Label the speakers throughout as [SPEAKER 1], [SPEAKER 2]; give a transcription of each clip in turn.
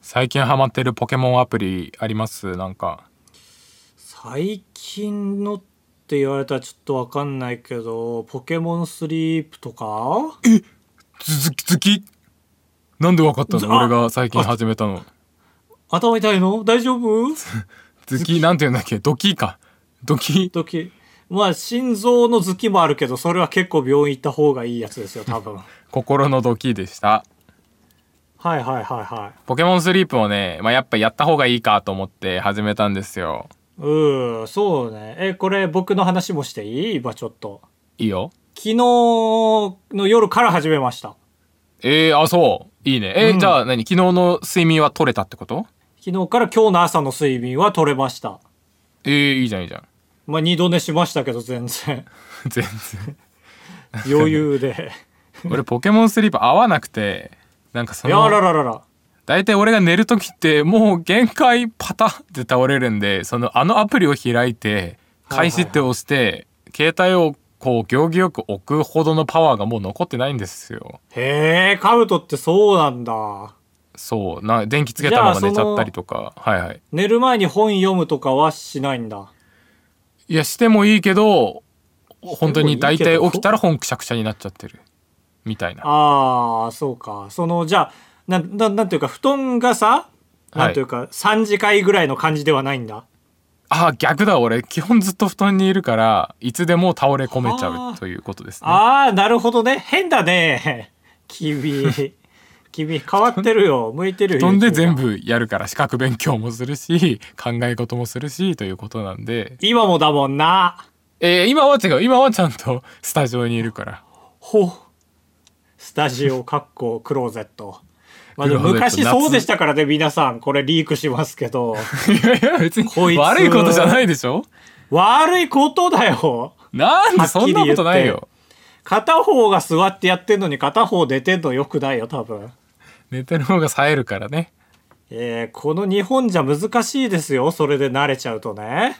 [SPEAKER 1] 最近ハマってるポケモンアプリありますなんか
[SPEAKER 2] 最近のって言われたらちょっとわかんないけど、ポケモンスリープとか
[SPEAKER 1] 続き続きなんでわかったの
[SPEAKER 2] あ
[SPEAKER 1] 俺が最近始めたの
[SPEAKER 2] 頭痛いの大丈夫
[SPEAKER 1] 続きなんて言うんだっけドキかドキ
[SPEAKER 2] ドキ。まあ、心臓のズキもあるけど、それは結構病院行った方がいいやつですよ、多分。はい
[SPEAKER 1] 心のドキでした
[SPEAKER 2] はいはいはい。
[SPEAKER 1] ポケモンスリープをね、まあ、やっぱやった方がいいかと思って始めたんですよ
[SPEAKER 2] うー、そうね。え、これ僕の話もしていい今ちょっと。
[SPEAKER 1] いいよ
[SPEAKER 2] 昨日の夜から始めました。
[SPEAKER 1] えー、あそういいねえー
[SPEAKER 2] うん
[SPEAKER 1] じゃあ何昨日の睡眠は取れたってこと
[SPEAKER 2] 昨日から今日の朝の睡眠は取れました。
[SPEAKER 1] えー、いいじゃんいいじゃ ん
[SPEAKER 2] まあ、二度寝しましたけど、全然。
[SPEAKER 1] 全
[SPEAKER 2] 余裕で。
[SPEAKER 1] 然俺ポケモンスリープ合わなくてなんかそ
[SPEAKER 2] いやあら
[SPEAKER 1] の
[SPEAKER 2] ららら。
[SPEAKER 1] 大体俺が寝る時ってもう限界パタって倒れるんでそのあのアプリを開いて
[SPEAKER 2] はいはいはい
[SPEAKER 1] 開始って押して携帯をこう行儀よく置くほどのパワーがもう残ってないんですよ
[SPEAKER 2] へえ、カブトってそうなんだ。
[SPEAKER 1] そうな電気つけたまま寝ちゃったりとかはいはい
[SPEAKER 2] 寝る前に本読むとかはしないんだ。
[SPEAKER 1] いやしてもいいけど本当に大体
[SPEAKER 2] してもいいけど
[SPEAKER 1] 起きたら本くしゃくしゃになっちゃってるみたいな
[SPEAKER 2] ああ、そうか。その、じゃあ、なん、なん、なんていうか、布団がさ、
[SPEAKER 1] はい
[SPEAKER 2] なんていうか、3次会ぐらいの感じではないんだ。
[SPEAKER 1] あー逆だ俺基本ずっと布団にいるからいつでも倒れ込めちゃ
[SPEAKER 2] あ
[SPEAKER 1] う
[SPEAKER 2] ー
[SPEAKER 1] ということですね
[SPEAKER 2] ああ、なるほどね。変だね。君。君、変わってるよ。向いてるよ。
[SPEAKER 1] 布団で
[SPEAKER 2] YouTuber
[SPEAKER 1] 全。部やるから資格勉強もするし考え事もするしということなんで、
[SPEAKER 2] 今もだもんな。
[SPEAKER 1] えー今は違う今はちゃんとスタジオにいるから
[SPEAKER 2] ほ。スタジオ、かっこ、クローゼット。まあでも
[SPEAKER 1] クローゼット
[SPEAKER 2] 昔そうでしたからね、皆さん。これリークしますけど。
[SPEAKER 1] いやいや別に
[SPEAKER 2] こいつ
[SPEAKER 1] 悪いことじゃないでしょ
[SPEAKER 2] 悪いことだよ。
[SPEAKER 1] なんでそんなことない
[SPEAKER 2] はっきり言って
[SPEAKER 1] よ
[SPEAKER 2] 片方が座ってやってんのに片方出てんのよくないよ、多分。
[SPEAKER 1] 寝てる方が冴えるからね
[SPEAKER 2] えー、この日本じゃ難しいですよ。それで慣れちゃうとね。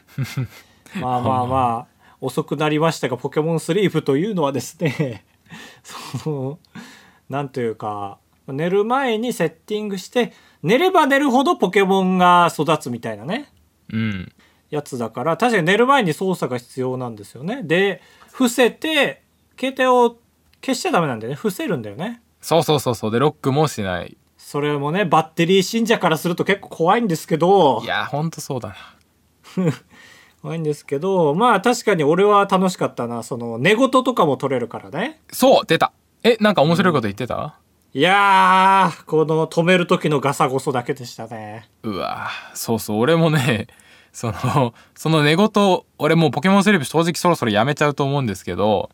[SPEAKER 2] まあまあまあ、遅くなりましたが、ポケモンスリープというのはですね、 その、なんというか、寝る前にセッティングして、寝れば寝るほどポケモンが育つみたいなね。
[SPEAKER 1] うん
[SPEAKER 2] やつだから確かに寝る前に操作が必要なんですよねで伏せて携帯を消しちゃダメなんだよね伏せるんだよね
[SPEAKER 1] そうそうそうそうでロックもしない
[SPEAKER 2] それもねバッテリー信者からすると結構怖いんですけど
[SPEAKER 1] いやほんとそうだな
[SPEAKER 2] 怖いんですけどまあ確かに俺は楽しかったなその寝言とかも取れるからね
[SPEAKER 1] そう出たえなんか面白いこと言ってた、
[SPEAKER 2] いやーこの止める時のガサゴソだけでしたね
[SPEAKER 1] うわそうそう俺もねそのその寝言俺もうポケモンスリープ正直そろそろやめちゃうと思うんですけど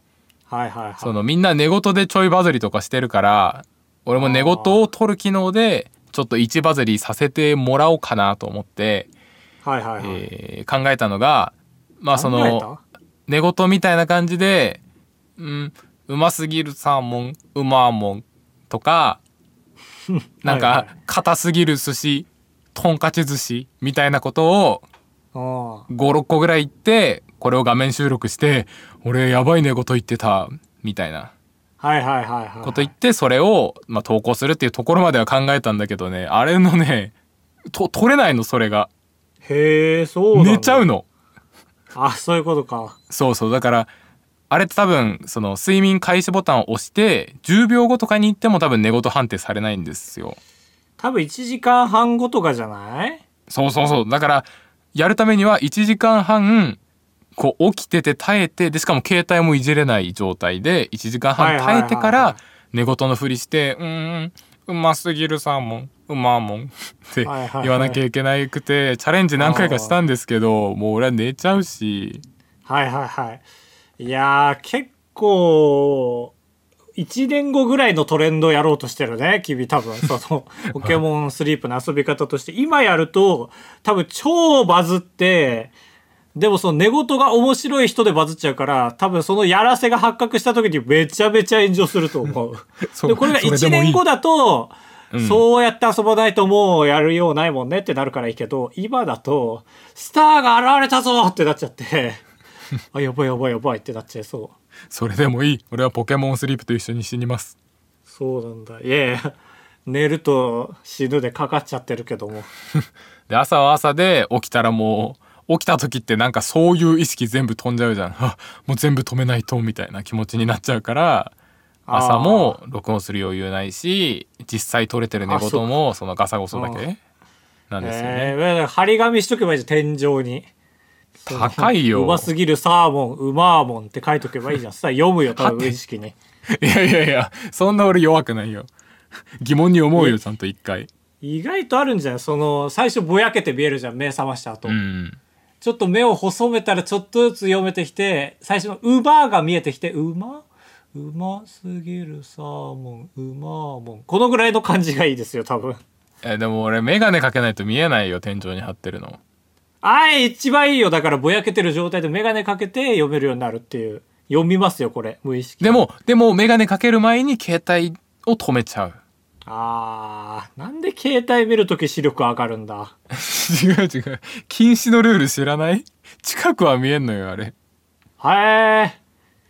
[SPEAKER 2] はいはいは
[SPEAKER 1] そ
[SPEAKER 2] い
[SPEAKER 1] のみんな寝言でちょいバズりとかしてるから俺も寝言を取る機能でちょっと1バズりさせてもらおうかなと思って、
[SPEAKER 2] はいはいはい、
[SPEAKER 1] えー考えたのがまあそ
[SPEAKER 2] 考え
[SPEAKER 1] の
[SPEAKER 2] た
[SPEAKER 1] 寝言みたいな感じで「うんうますぎるサーモンうまーもん」とかなん
[SPEAKER 2] はいは
[SPEAKER 1] か
[SPEAKER 2] い
[SPEAKER 1] 「硬すぎる寿司とんかち寿司」みたいなことを
[SPEAKER 2] うん
[SPEAKER 1] 56個ぐらい言ってこれを画面収録して「俺やばい寝言言ってた」みたいな
[SPEAKER 2] はいはいはいはい
[SPEAKER 1] こと言ってそれを、まあ、投稿するっていうところまでは考えたんだけどねあれのねと取れないのそれが
[SPEAKER 2] へえそうなんだ
[SPEAKER 1] 寝ちゃうの。
[SPEAKER 2] あそういうことか
[SPEAKER 1] そうそうだからあれって多分その睡眠開始ボタンを押して10秒後とかに行っても多分寝言判定されないんですよ
[SPEAKER 2] 多分1時間半後とかじゃない
[SPEAKER 1] そうそうそうだからやるためには1時間半こう起きてて耐えてでしかも携帯もいじれない状態で1時間
[SPEAKER 2] は
[SPEAKER 1] 半
[SPEAKER 2] いはいはい
[SPEAKER 1] 耐えてか
[SPEAKER 2] はい
[SPEAKER 1] ら寝言のふりして「うーんうますぎるサーモンうまーもん」って
[SPEAKER 2] はいはいはい
[SPEAKER 1] 言わなきゃいけなくてチャレンジ何回かしたんですけどもう俺は寝ちゃうし
[SPEAKER 2] はいはいはいいやー結構1年後ぐらいのトレンドをやろうとしてるね君多分そのポケモンスリープの遊び方として今やると多分超バズってでもその寝言が面白い人でバズっちゃうから多分そのやらせが発覚した時にめちゃめちゃ炎上すると思う
[SPEAKER 1] そう
[SPEAKER 2] でこれが
[SPEAKER 1] それで
[SPEAKER 2] 1
[SPEAKER 1] もいい
[SPEAKER 2] 年後だと
[SPEAKER 1] うん
[SPEAKER 2] そうやって遊ばないともうやるようないもんねってなるからいいけど、今だと、スターが現れたぞってなっ ちゃって、あ、やばいやばいやばいってなっちゃいそう。
[SPEAKER 1] それでもいい俺はポケモンスリープと一緒に死にます
[SPEAKER 2] そうなんだ。いやいや、寝ると死ぬでかかっちゃってるけども。
[SPEAKER 1] で朝は朝で起きたらもう起きた時ってなんかそういう意識全部飛んじゃうじゃん あもう全部止めないとみたいな気持ちになっちゃうから
[SPEAKER 2] あー
[SPEAKER 1] 朝も録音する余裕ないし実際撮れてる寝
[SPEAKER 2] あそう
[SPEAKER 1] 言もそのガサゴソだけなんですよね
[SPEAKER 2] えー張り紙しとけばいいじゃん、天井に。
[SPEAKER 1] 高いよ
[SPEAKER 2] うますぎるサーモン、うまーもんって書いとけばいいじゃん。そしたら読むよ、多分無意識に。
[SPEAKER 1] いやいやいやそんな俺弱くないよ 疑問に思うよちゃんと一回
[SPEAKER 2] 意外とあるんじゃないその、最初ぼやけて見えるじゃん、目覚ました後。
[SPEAKER 1] うん
[SPEAKER 2] ちょっと目を細めたらちょっとずつ読めてきて、最初のうまーが見えてきて、うまうますぎるサーモン、うまーもん。このぐらいの感じがいいですよ、多分。
[SPEAKER 1] えでも俺眼鏡かけないと見えないよ天井に貼ってるの
[SPEAKER 2] あい、一番いいよ。だからぼやけてる状態でメガネかけて読めるようになるっていう。読みますよ、これ。無意識。
[SPEAKER 1] でもでも眼鏡かける前に携帯を止めちゃう
[SPEAKER 2] あー、なんで携帯見るとき視力上がるんだ。
[SPEAKER 1] 違う違う禁止のルール知らない近くは見えんのよあれ
[SPEAKER 2] はえー。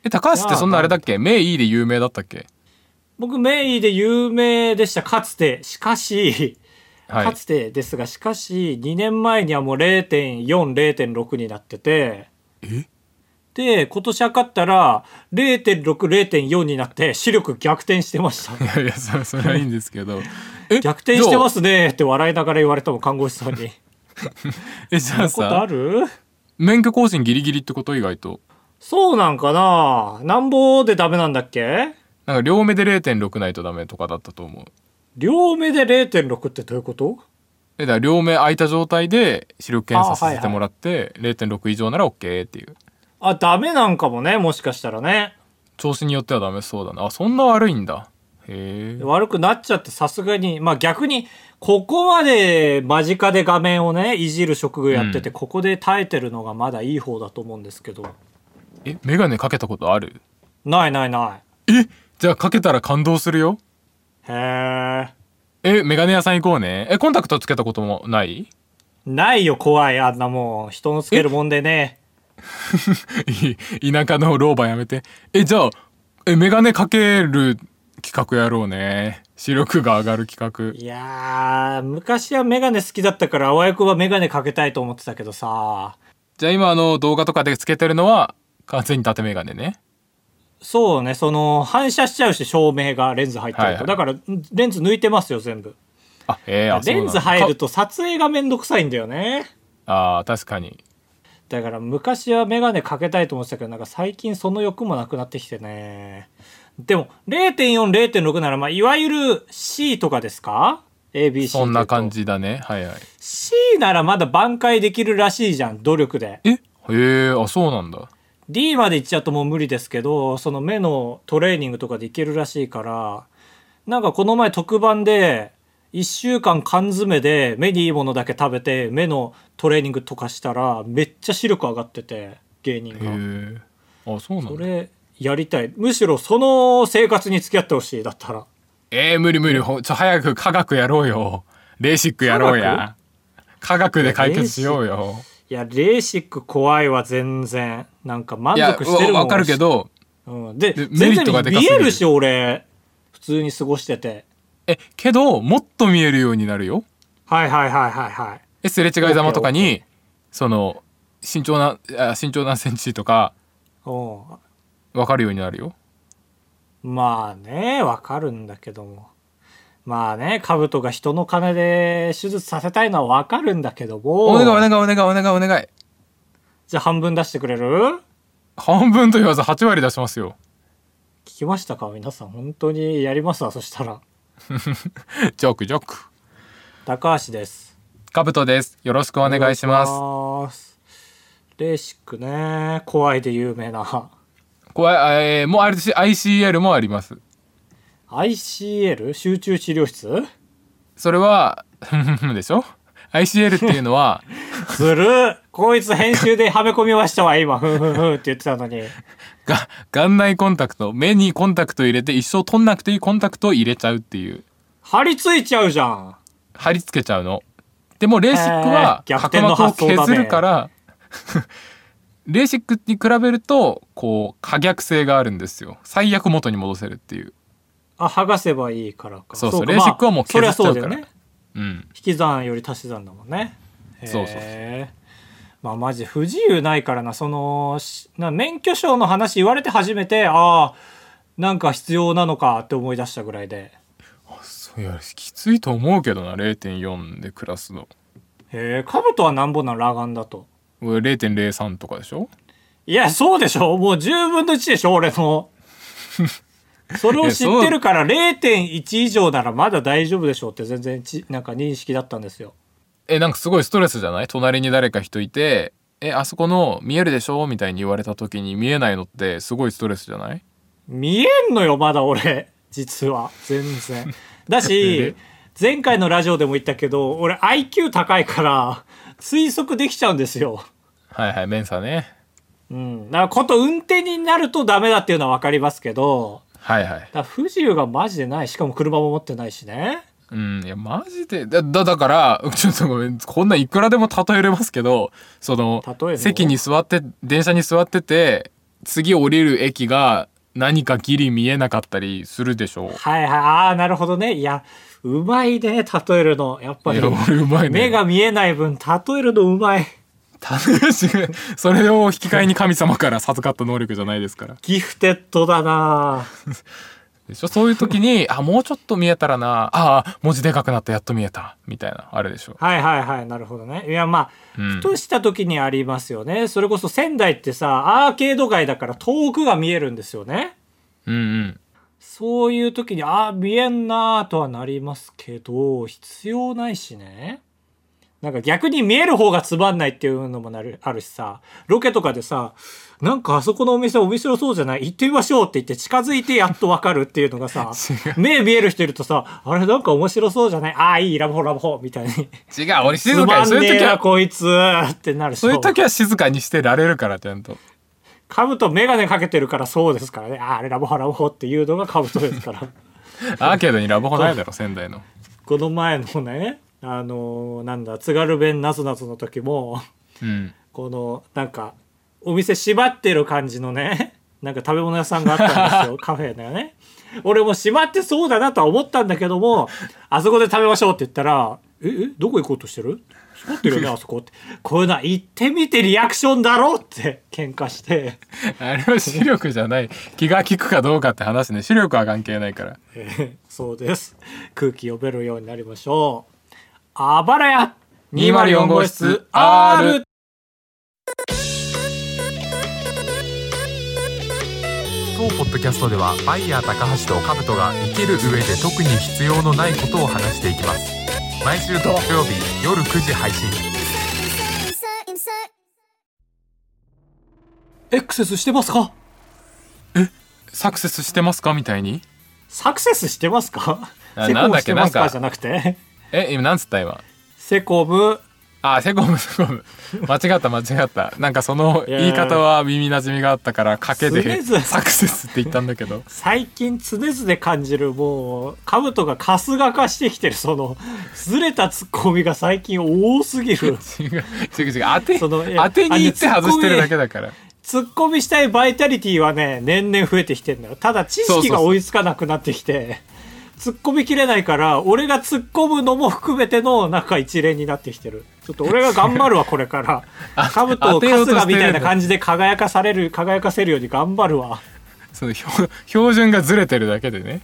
[SPEAKER 1] え高橋ってそんなあれだっけ目いいで有名だったっけ
[SPEAKER 2] 僕、名医で有名でした。かつて。しかし、
[SPEAKER 1] はい
[SPEAKER 2] かつてですが、しかし、2年前にはもう0.4、0.6になってて、
[SPEAKER 1] え
[SPEAKER 2] で、今年測ったら、0.6、0.4になって、視力逆転してました。
[SPEAKER 1] いやいやそれそれはいいんですけ どえ
[SPEAKER 2] 逆転してますすねって笑いながら言われたもん、看護師さん に。
[SPEAKER 1] えじゃあ
[SPEAKER 2] ことあ
[SPEAKER 1] さ
[SPEAKER 2] る
[SPEAKER 1] 免許更新ギリギリってこと意外と
[SPEAKER 2] そうなんかななんぼでダメなんだっけ
[SPEAKER 1] なんか両目で0.6ないとダメとかだったと思う
[SPEAKER 2] 両目で0.6ってどういうこと
[SPEAKER 1] えだから両目開いた状態で視力検査させてもらって、0.6以上なら OK っていう
[SPEAKER 2] あ、ダメなんかもね、もしかしたらね。
[SPEAKER 1] 調子によってはダメそうだなあそんな悪いんだへえ
[SPEAKER 2] 悪くなっちゃってさすがに、まあ逆に、ここまで間近で画面をね、いじる職業やってて、
[SPEAKER 1] う
[SPEAKER 2] ここで耐えてるのがまだいい方だと思うんですけど。
[SPEAKER 1] え眼鏡かけたことある
[SPEAKER 2] ないないない。
[SPEAKER 1] えじゃあかけたら感動するよ
[SPEAKER 2] へえ。
[SPEAKER 1] え眼鏡屋さん行こうねえコンタクトつけたこともない
[SPEAKER 2] ないよ、怖い。あんなもう、人のつけるもんでね。
[SPEAKER 1] い田舎の老婆やめてえじゃあえ眼鏡かける企画やろうね視力が上がる企画
[SPEAKER 2] いやー、昔はメガネ好きだったから、あわよくばメガネかけたいと思ってたけどさ。
[SPEAKER 1] じゃあ今あの動画とかでつけてるのは完全に縦眼鏡ね
[SPEAKER 2] そうね、その、反射しちゃうし、照明がレンズ入ってると。
[SPEAKER 1] はいはい
[SPEAKER 2] だから、レンズ抜いてますよ、全部。
[SPEAKER 1] あえー、あそうな
[SPEAKER 2] レ
[SPEAKER 1] ん
[SPEAKER 2] ン
[SPEAKER 1] だ
[SPEAKER 2] ズ入る
[SPEAKER 1] か
[SPEAKER 2] と撮影がめんどくさいんだよね。
[SPEAKER 1] あー確かに
[SPEAKER 2] だから、昔はメガネかけたいと思ってたけど、なんか最近その欲もなくなってきてね。でも、0.4、0.6なら、まあ、いわゆる C とかですか ?ABC。
[SPEAKER 1] そんな感。じだねはいはい
[SPEAKER 2] C ならまだ挽回できるらしいじゃん、努力で。
[SPEAKER 1] えへえあそうなんだ
[SPEAKER 2] D まで行っちゃうともう無理ですけどその目のトレーニングとかでいけるらしいからなんかこの前特番で1週間缶詰で目にいいものだけ食べて目のトレーニングとかしたらめっちゃ視力上がってて芸人
[SPEAKER 1] へ
[SPEAKER 2] が
[SPEAKER 1] えあそうなん
[SPEAKER 2] そ
[SPEAKER 1] だ
[SPEAKER 2] れやりたいむしろその生活に付き合ってほしいだったら
[SPEAKER 1] えー、無理無理ほちょ早く科学やろうよレーシックやろうや科学で解決しようよ
[SPEAKER 2] いやレーシック怖いわ全然なんか満
[SPEAKER 1] いや
[SPEAKER 2] 足してるもん
[SPEAKER 1] わかるけ、ど
[SPEAKER 2] うん、で
[SPEAKER 1] でメ
[SPEAKER 2] 全
[SPEAKER 1] リットが
[SPEAKER 2] 然
[SPEAKER 1] でかす
[SPEAKER 2] 見
[SPEAKER 1] ぎ
[SPEAKER 2] え
[SPEAKER 1] る
[SPEAKER 2] るし俺普通に過ごしてて
[SPEAKER 1] えけどもっと見えるようになるよ
[SPEAKER 2] はいはいはいはいはい
[SPEAKER 1] えすれ違いざまとかにその身長なあ身長何センチとか
[SPEAKER 2] うん
[SPEAKER 1] わかるようになるよ
[SPEAKER 2] まあね、わかるんだけども。まあね、カブトが人の金で手術させたいのはわかるんだけども。
[SPEAKER 1] お願いお願いお願いお願いお願い
[SPEAKER 2] じゃあ半分出してくれる
[SPEAKER 1] 半分と言わず8割出しますよ
[SPEAKER 2] 聞きましたか皆さん。本当にやりますわ、そしたら。
[SPEAKER 1] ジョークジョーク
[SPEAKER 2] 高橋です。
[SPEAKER 1] カブトですよろしくお願いします
[SPEAKER 2] お願いします。レーシックね、怖いで有名な。
[SPEAKER 1] これ、えーもうあるし ICL もあります
[SPEAKER 2] ICL? 集中治療室
[SPEAKER 1] それは でしょ ICL っていうのは
[SPEAKER 2] ずるっこいつ編集ではめ込みましたわ、今。ふんふんふんって言ってたのに。
[SPEAKER 1] が眼内コンタクト目にコンタクト入れて一生取んなくていいコンタクトを入れちゃうっていう
[SPEAKER 2] 張り付いちゃうじゃん。
[SPEAKER 1] 貼り付けちゃうのでもレーシックは
[SPEAKER 2] えー逆
[SPEAKER 1] 角
[SPEAKER 2] 転の
[SPEAKER 1] 膜を
[SPEAKER 2] 発想だね
[SPEAKER 1] 削るから、 レーシックに比べるとこう可逆性があるんですよ最悪元に戻せるっていう
[SPEAKER 2] あ剥がせばいいからか
[SPEAKER 1] そうそう
[SPEAKER 2] か
[SPEAKER 1] レーシックはもう削っちゃうから
[SPEAKER 2] そりゃそうだよね
[SPEAKER 1] うん
[SPEAKER 2] 引き算より足し算だもんね
[SPEAKER 1] そうそうそう
[SPEAKER 2] へーまあマジ不自由ないからなそのしな免許証の話言われて初めてああなんか必要なのかって思い出したぐらいで
[SPEAKER 1] そういやきついと思うけどな0.4で暮らすの
[SPEAKER 2] へえカブトはなんぼなのラガンだと
[SPEAKER 1] 俺0.03とかでしょ
[SPEAKER 2] いやそうでしょもう10分の1でしょ俺の それを知ってるから0.1以上ならまだ大丈夫でしょうって全然ちなんか認識だったんですよ
[SPEAKER 1] えなんかすごいストレスじゃない隣に誰か人いてえあそこの見えるでしょみたいに言われた時に見えないのってすごいストレスじゃない
[SPEAKER 2] 見えんのよまだ俺実は全然だ
[SPEAKER 1] え
[SPEAKER 2] し前回のラジオでも言ったけど俺 IQ 高いから推測できちゃうんですよ
[SPEAKER 1] はいはいメンサね
[SPEAKER 2] うんだからこと運転になるとダメだっていうのは分かりますけど
[SPEAKER 1] はいはい
[SPEAKER 2] だから不自由がマジでないしかも車も持ってないしね
[SPEAKER 1] うんいやマジでだだだから ちょっとごめんこんなんいくらでも例えれますけどその
[SPEAKER 2] 例える
[SPEAKER 1] 席に座って電車に座ってて次降りる駅が何かギリ見えなかったりするでしょう
[SPEAKER 2] はいはいああなるほどねいやうまいね例えるのやっぱ
[SPEAKER 1] い
[SPEAKER 2] り
[SPEAKER 1] や俺うまいね
[SPEAKER 2] 目が見えない分例えるのうまい
[SPEAKER 1] た違うそれを引き換えに神様から授かった能力じゃないですから
[SPEAKER 2] ギフテッドだな
[SPEAKER 1] でしょそういう時にあもうちょっと見えたらなああ文字でかくなったやっと見えたみたいなあれでしょ
[SPEAKER 2] はいはいはいなるほどねいやまあ、
[SPEAKER 1] うん
[SPEAKER 2] ふとした時にありますよねそれこそ仙台ってさアーケード街だから遠くが見えるんですよね
[SPEAKER 1] うんうん
[SPEAKER 2] そういう時にあー見えんなーとはなりますけど必要ないしねなんか逆に見える方がつまんないっていうのもなるあるしさロケとかでさなんかあそこのお店面白そうじゃない行ってみましょうって言って近づいてやっとわかるっていうのがさ
[SPEAKER 1] 違
[SPEAKER 2] 目見える人いるとさあれなんか面白そうじゃないああいいラブホラブホみたいに
[SPEAKER 1] 違う俺
[SPEAKER 2] つ
[SPEAKER 1] 静か
[SPEAKER 2] ま
[SPEAKER 1] に
[SPEAKER 2] ん
[SPEAKER 1] そういう
[SPEAKER 2] ねえ
[SPEAKER 1] 時
[SPEAKER 2] な
[SPEAKER 1] は
[SPEAKER 2] こいつってなるし
[SPEAKER 1] そういう時は静かにしてられるからちゃんと
[SPEAKER 2] カブトメガネかけてるからそうですからねああれラボハラボホっていうのがカブトですから
[SPEAKER 1] アーケードにラブホないだろ仙台の
[SPEAKER 2] この前のねあのーなんだ津軽弁なぞなぞの時も
[SPEAKER 1] うん
[SPEAKER 2] このなんかお店縛ってる感じのねなんか食べ物屋さんがあっ たんですよカフェだよね俺も縛ってそうだなとは思ったんだけどもあそこで食べましょうって言ったら「ええどこ行こうとしてる縛ってる よねあそこ」って「こういうのは行ってみてリアクションだろ!」って喧嘩して。
[SPEAKER 1] あれは視力じゃない気が利くかどうかって話ね視力は関係ないから
[SPEAKER 2] えーそうです空気読めるようになりましょうあばらや
[SPEAKER 1] 204号室 R 当ポッドキャストではバイヤー高橋と兜が生きる上で特に必要のないことを話していきます毎週土曜日夜9時配信
[SPEAKER 3] insert, insert.
[SPEAKER 2] エクセスしてますか
[SPEAKER 1] サクセスしてますかみたいに
[SPEAKER 2] サクセスしてますか
[SPEAKER 1] あ
[SPEAKER 2] セコ
[SPEAKER 1] なんだ
[SPEAKER 2] ム
[SPEAKER 1] っ
[SPEAKER 2] し
[SPEAKER 1] け
[SPEAKER 2] てます
[SPEAKER 1] なん
[SPEAKER 2] か
[SPEAKER 1] か
[SPEAKER 2] じゃなくて
[SPEAKER 1] え今なんつった今
[SPEAKER 2] セコム
[SPEAKER 1] あセコムセコム間違った間違ったなんかその
[SPEAKER 2] いやー
[SPEAKER 1] 言い方は耳なじみがあったから賭けで
[SPEAKER 2] 常々
[SPEAKER 1] サクセスって言ったんだけど
[SPEAKER 2] 最近常々感じるもう兜がカスが化してきてるそのずれたツッコミが最近多すぎる
[SPEAKER 1] 違う違う違う当て
[SPEAKER 2] そのいや
[SPEAKER 1] 当てに行って外してるだけだから
[SPEAKER 2] ツッコミしたいバイタリティはね年々増えてきてんだよただ知識が追いつかなくなってきてツッコミきれないから俺が突っ込むのも含めてのなんか一連になってきてるちょっと俺が頑張るわこれから
[SPEAKER 1] あ
[SPEAKER 2] カブト
[SPEAKER 1] 当
[SPEAKER 2] を
[SPEAKER 1] てよう
[SPEAKER 2] 春
[SPEAKER 1] としてる
[SPEAKER 2] 日みたいな感じで輝かされる輝かせるように頑張るわ
[SPEAKER 1] その標標準がずれてるだけでね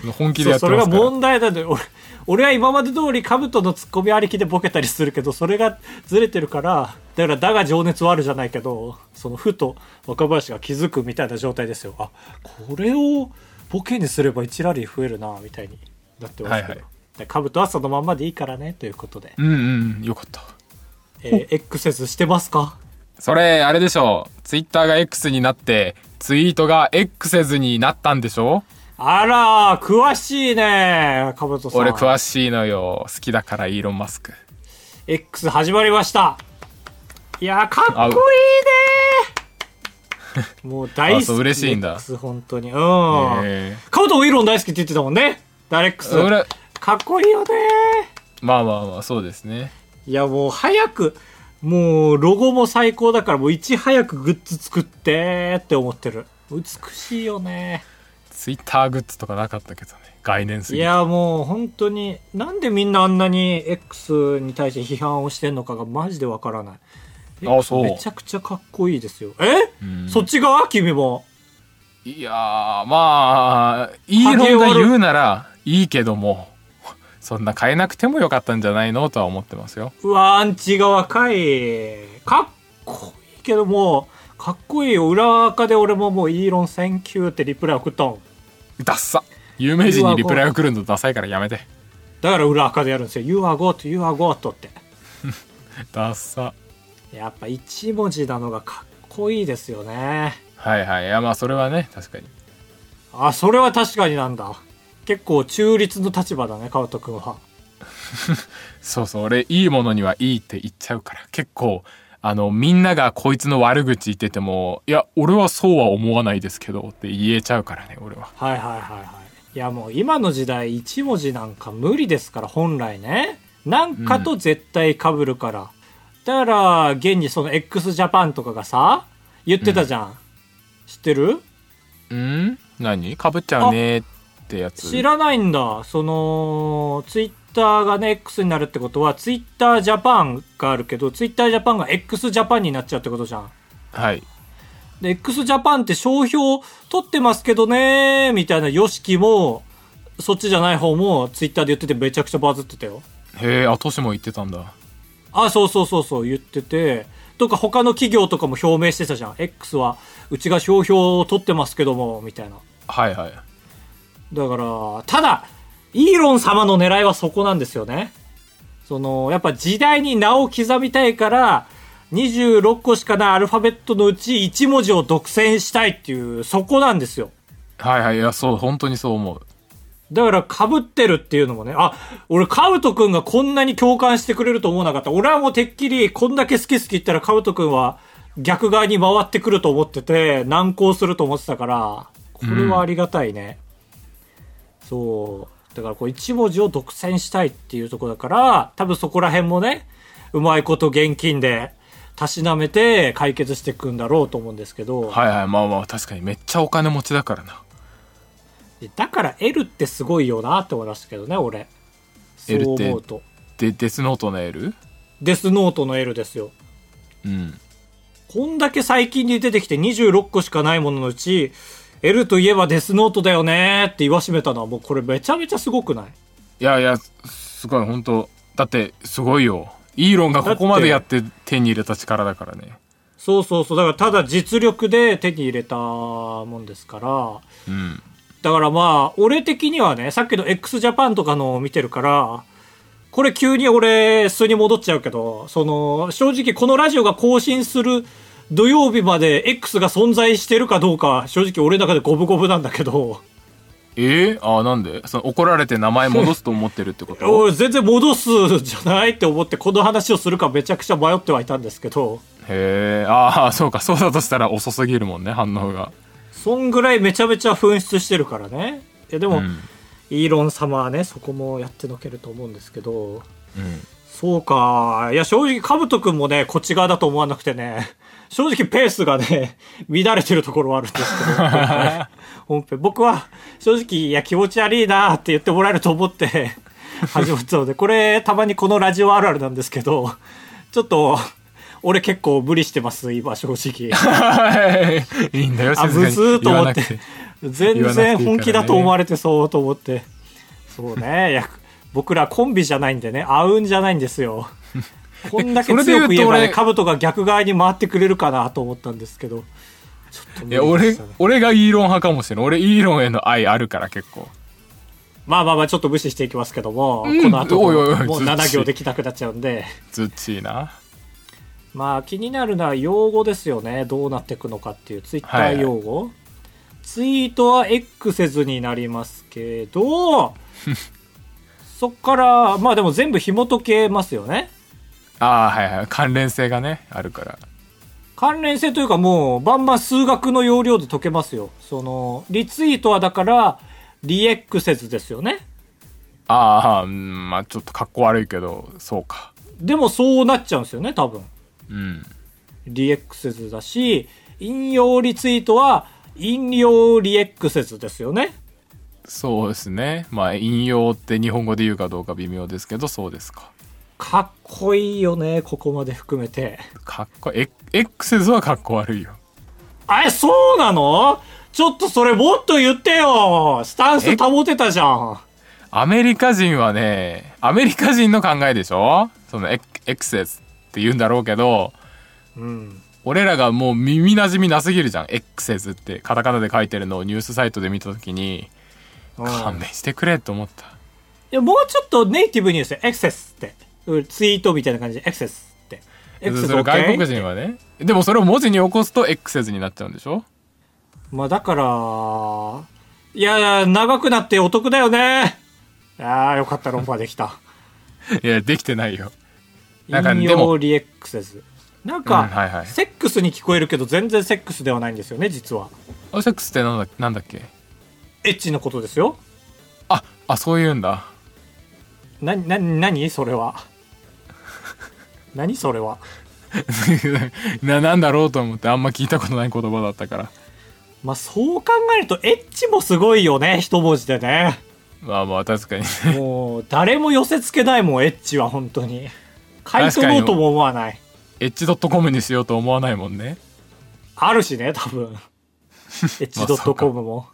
[SPEAKER 1] その本気で
[SPEAKER 2] そ
[SPEAKER 1] や
[SPEAKER 2] う
[SPEAKER 1] って
[SPEAKER 2] それ
[SPEAKER 1] ま
[SPEAKER 2] が
[SPEAKER 1] すから
[SPEAKER 2] 問題なんだよ俺俺は今まで通りカブトのツッコミありきでボケたりするけどそれがずれてるからだから「だが情熱はある」じゃないけどそのふと若林が気づくみたいな状態ですよあこれをボケにすれば一ラリー増えるなみたいになってますけど、
[SPEAKER 1] はいはい
[SPEAKER 2] でカブトはそのまんまでいいからねということで、
[SPEAKER 1] うんうんよかった
[SPEAKER 2] えー、エクセスしてますか
[SPEAKER 1] それあれでしょうツイッターが X になってツイートが X せずになったんでしょ
[SPEAKER 2] あらー詳しいねカブトさん
[SPEAKER 1] 俺詳しいのよ好きだからイーロン・マスク
[SPEAKER 2] X 始まりましたいやーかっこいいねーもう大好き
[SPEAKER 1] あそう嬉しいんだ
[SPEAKER 2] X 本当にうん、
[SPEAKER 1] え
[SPEAKER 2] カブトもイーロン大好きって言ってたもんねダレックス
[SPEAKER 1] ー俺
[SPEAKER 2] かっこいいよね
[SPEAKER 1] まあまあまあそうですね
[SPEAKER 2] ーいやもう早くもうロゴも最高だからもういち早くグッズ作ってーって思ってる美しいよね
[SPEAKER 1] ツイッターグッズとかなかったけどね概念す
[SPEAKER 2] い
[SPEAKER 1] ぎて
[SPEAKER 2] やもう本当になんでみんなあんなに X に対して批判をしてんのかがマジでわからない
[SPEAKER 1] あそう
[SPEAKER 2] めちゃくちゃかっこいいですよえ、
[SPEAKER 1] うん
[SPEAKER 2] そっち側君も
[SPEAKER 1] いやーまあイーロンが言うならいいけどもそんな変えなくてもよかったんじゃないのとは思ってますよ
[SPEAKER 2] うわアンチ側かいかっこいいけどもうかっこいいよ裏垢で俺ももうイーロンセンキューってリプライ送ったもん
[SPEAKER 1] ダッサ有名人にリプライが来るのダサいからやめて
[SPEAKER 2] だから裏垢でやるんですよ You are God, you are God って
[SPEAKER 1] ダッサ
[SPEAKER 2] やっぱ一文字なのがかっこいいですよね
[SPEAKER 1] はいはいいやまあそれはね確かに
[SPEAKER 2] あそれは確かになんだ結構中立の立場だねカウト君は
[SPEAKER 1] そうそう俺いいものにはいいって言っちゃうから結構あのみんながこいつの悪口言っててもいや俺はそうは思わないですけどって言えちゃうからね俺は
[SPEAKER 2] はいはいはいはいいやもう今の時代一文字なんか無理ですから本来ねなんかと絶対被るから、だから現にその x ジャパンとかがさ言ってたじゃん、知ってる
[SPEAKER 1] うん何かぶっちゃうねってやつ
[SPEAKER 2] 知らないんだそのツイッターがね X になるってことはツイッタージャパンがあるけどツイッタージャパンが x ジャパンになっちゃうってことじゃん
[SPEAKER 1] はい
[SPEAKER 2] で x ジャパンって商標取ってますけどねみたいな YOSHIKI もそっちじゃない方もツイッターで言っててめちゃくちゃバズってたよ
[SPEAKER 1] へえあトシも言ってたんだ
[SPEAKER 2] あそうそうそうそう言っててとか他の企業とかも表明してたじゃん X はうちが商標を取ってますけどもみたいな
[SPEAKER 1] はいはい
[SPEAKER 2] だからただイーロン様の狙いはそこなんですよねそのやっぱ時代に名を刻みたいから26個しかないアルファベットのうち1文字を独占したいっていうそこなんですよ
[SPEAKER 1] はいはいいやそう本当にそう思う
[SPEAKER 2] だから、被ってるっていうのもね、あ、俺、カウト君がこんなに共感してくれると思わなかった。俺はもうてっきり、こんだけ好き好き言ったら、カウト君は逆側に回ってくると思ってて、難航すると思ってたから、これはありがたいね。そう。だから、こう、一文字を独占したいっていうところだから、多分そこら辺もね、うまいこと現金で、たしなめて解決していくんだろうと思うんですけど、
[SPEAKER 1] はいはいまあまあ確かにめっちゃお金持ちだからな
[SPEAKER 2] だから L ってすごいよなって思いましたけどね、俺。そう
[SPEAKER 1] L って
[SPEAKER 2] 思うと。
[SPEAKER 1] でデスノートの L?
[SPEAKER 2] デスノートの L ですよ。
[SPEAKER 1] うん
[SPEAKER 2] こんだけ最近に出てきて26個しかないもののうち、L といえばデスノートだよねって言わしめたのはもうこれめちゃめちゃすごくない
[SPEAKER 1] いやいやすごい本当だってすごいよイーロンがここまでやって手に入れた力だからね
[SPEAKER 2] そうそうそう。だからただ実力で手に入れたもんですから。
[SPEAKER 1] うん
[SPEAKER 2] だからまあ、俺的にはね、さっきの x ジャパンとかのを見てるから、これ急に俺、素に戻っちゃうけど、その、正直このラジオが更新する土曜日まで X が存在してるかどうか、正直俺の中で五分五分なんだけど、
[SPEAKER 1] えー、あーなんでその怒られて名前戻すと思ってるってこと
[SPEAKER 2] 俺全然戻すんじゃないって思ってこの話をするかめちゃくちゃ迷ってはいたんですけど、
[SPEAKER 1] へえああそうかそうだとしたら遅すぎるもんね反応が
[SPEAKER 2] そんぐらいめちゃめちゃ紛失してるからね。いやでも、
[SPEAKER 1] うん
[SPEAKER 2] イーロン様はね、そこもやってのけると思うんですけど、
[SPEAKER 1] うん
[SPEAKER 2] そうか。いや、正直、かぶとくんもね、こっち側だと思わなくてね、正直ペースがね、乱れてるところはあるんですけど、今回 本編。僕は、正直、いや、気持ち悪いなって言ってもらえると思って、始まったので、これ、たまにこのラジオあるあるなんですけど、ちょっと、俺結構無理してます、今、正直。
[SPEAKER 1] いいんだよ静
[SPEAKER 2] あ、ブ
[SPEAKER 1] か
[SPEAKER 2] スー
[SPEAKER 1] に
[SPEAKER 2] と
[SPEAKER 1] 言わ
[SPEAKER 2] 思
[SPEAKER 1] な
[SPEAKER 2] っ
[SPEAKER 1] く
[SPEAKER 2] て
[SPEAKER 1] て。
[SPEAKER 2] 全
[SPEAKER 1] 言わなくていい
[SPEAKER 2] 然
[SPEAKER 1] からね
[SPEAKER 2] 本気だと思われてそうと思って。そうね。いや、僕らコンビじゃないんでね、合うんじゃないんで すよ。こんだけ
[SPEAKER 1] それで言うと
[SPEAKER 2] 強く言えばね、
[SPEAKER 1] 俺
[SPEAKER 2] カブトが逆側に回ってくれるかなと思ったんですけど。ちょっと
[SPEAKER 1] い
[SPEAKER 2] 無
[SPEAKER 1] や
[SPEAKER 2] 理で
[SPEAKER 1] 俺
[SPEAKER 2] したね
[SPEAKER 1] 俺がイーロン派かもしれない俺イーロンへの愛あるから結構
[SPEAKER 2] まあまあまあ、ちょっと無視していきますけども、
[SPEAKER 1] うん
[SPEAKER 2] この後も
[SPEAKER 1] おいおいおい
[SPEAKER 2] もう
[SPEAKER 1] ずっし
[SPEAKER 2] 7行できなくなっちゃうんで。
[SPEAKER 1] ずっちいな
[SPEAKER 2] まあ気になるのは用語ですよねどうなっていくのかっていうツイッタ
[SPEAKER 1] はい
[SPEAKER 2] ー
[SPEAKER 1] はい
[SPEAKER 2] 用語、ツイートは X せずになります けどそっからまあでも全部紐解けますよね
[SPEAKER 1] ああはいはい関連性がねあるから
[SPEAKER 2] 関連性というかもうバンバン数学の要領で解けますよそのリツイートはだからリエックセズですよね
[SPEAKER 1] ああうんまあちょっとかっこ悪いけどそうか
[SPEAKER 2] でもそうなっちゃうんですよね多分
[SPEAKER 1] うん
[SPEAKER 2] リエックセズだし引用リツイートは飲料リエック説ですよね。
[SPEAKER 1] そうですねまあ引用って日本語で言うかどうか微妙ですけどそうですか
[SPEAKER 2] かっこいいよね、ここまで含めて。
[SPEAKER 1] かっこえ X はかっこ悪いよ
[SPEAKER 2] あれ、そうなのちょっとそれもっと言ってよスタンス保てたじゃん。
[SPEAKER 1] アメリカ人はねアメリカ人の考えでしょそのエエクセスって言うんだろうけど
[SPEAKER 2] うん。
[SPEAKER 1] 俺らがもう耳なじみなすぎるじゃんエクセスってカタカナで書いてるのをニュースサイトで見た時に
[SPEAKER 2] うん
[SPEAKER 1] 勘弁してくれと思った
[SPEAKER 2] いや、もうちょっとネイティブにですよ。エクセスって。うんツイートみたいな感じで、エクセスって。エクセス
[SPEAKER 1] それ
[SPEAKER 2] OK？
[SPEAKER 1] 外国人はねでもそれを文字に起こすとエクセスになっちゃうんでしょ
[SPEAKER 2] まあだから、いや、長くなってお得だよね。ああ、よかった、論破できた。
[SPEAKER 1] いやできてないよなんか
[SPEAKER 2] 引
[SPEAKER 1] でも
[SPEAKER 2] 用リエックセス。なんか、
[SPEAKER 1] うんはいはい
[SPEAKER 2] セックスに聞こえるけど全然セックスではないんですよね、実は。
[SPEAKER 1] あセックスってなんだなんだっけ
[SPEAKER 2] エッチなことですよ。
[SPEAKER 1] ああそういうんだ
[SPEAKER 2] な、な、なにそれは。何それは。
[SPEAKER 1] ななんだろうと思ってあんま聞いたことない言葉だったから
[SPEAKER 2] まあそう考えると、エッチもすごいよね、一文字でね。
[SPEAKER 1] まあまあ確かにね
[SPEAKER 2] もう、誰も寄せ付けないもん、エッチは、本当に。回答ノートも思わない。
[SPEAKER 1] エッジ .com にしようと思わないもんね
[SPEAKER 2] あるしね、多分。
[SPEAKER 1] そうか
[SPEAKER 2] h.com も。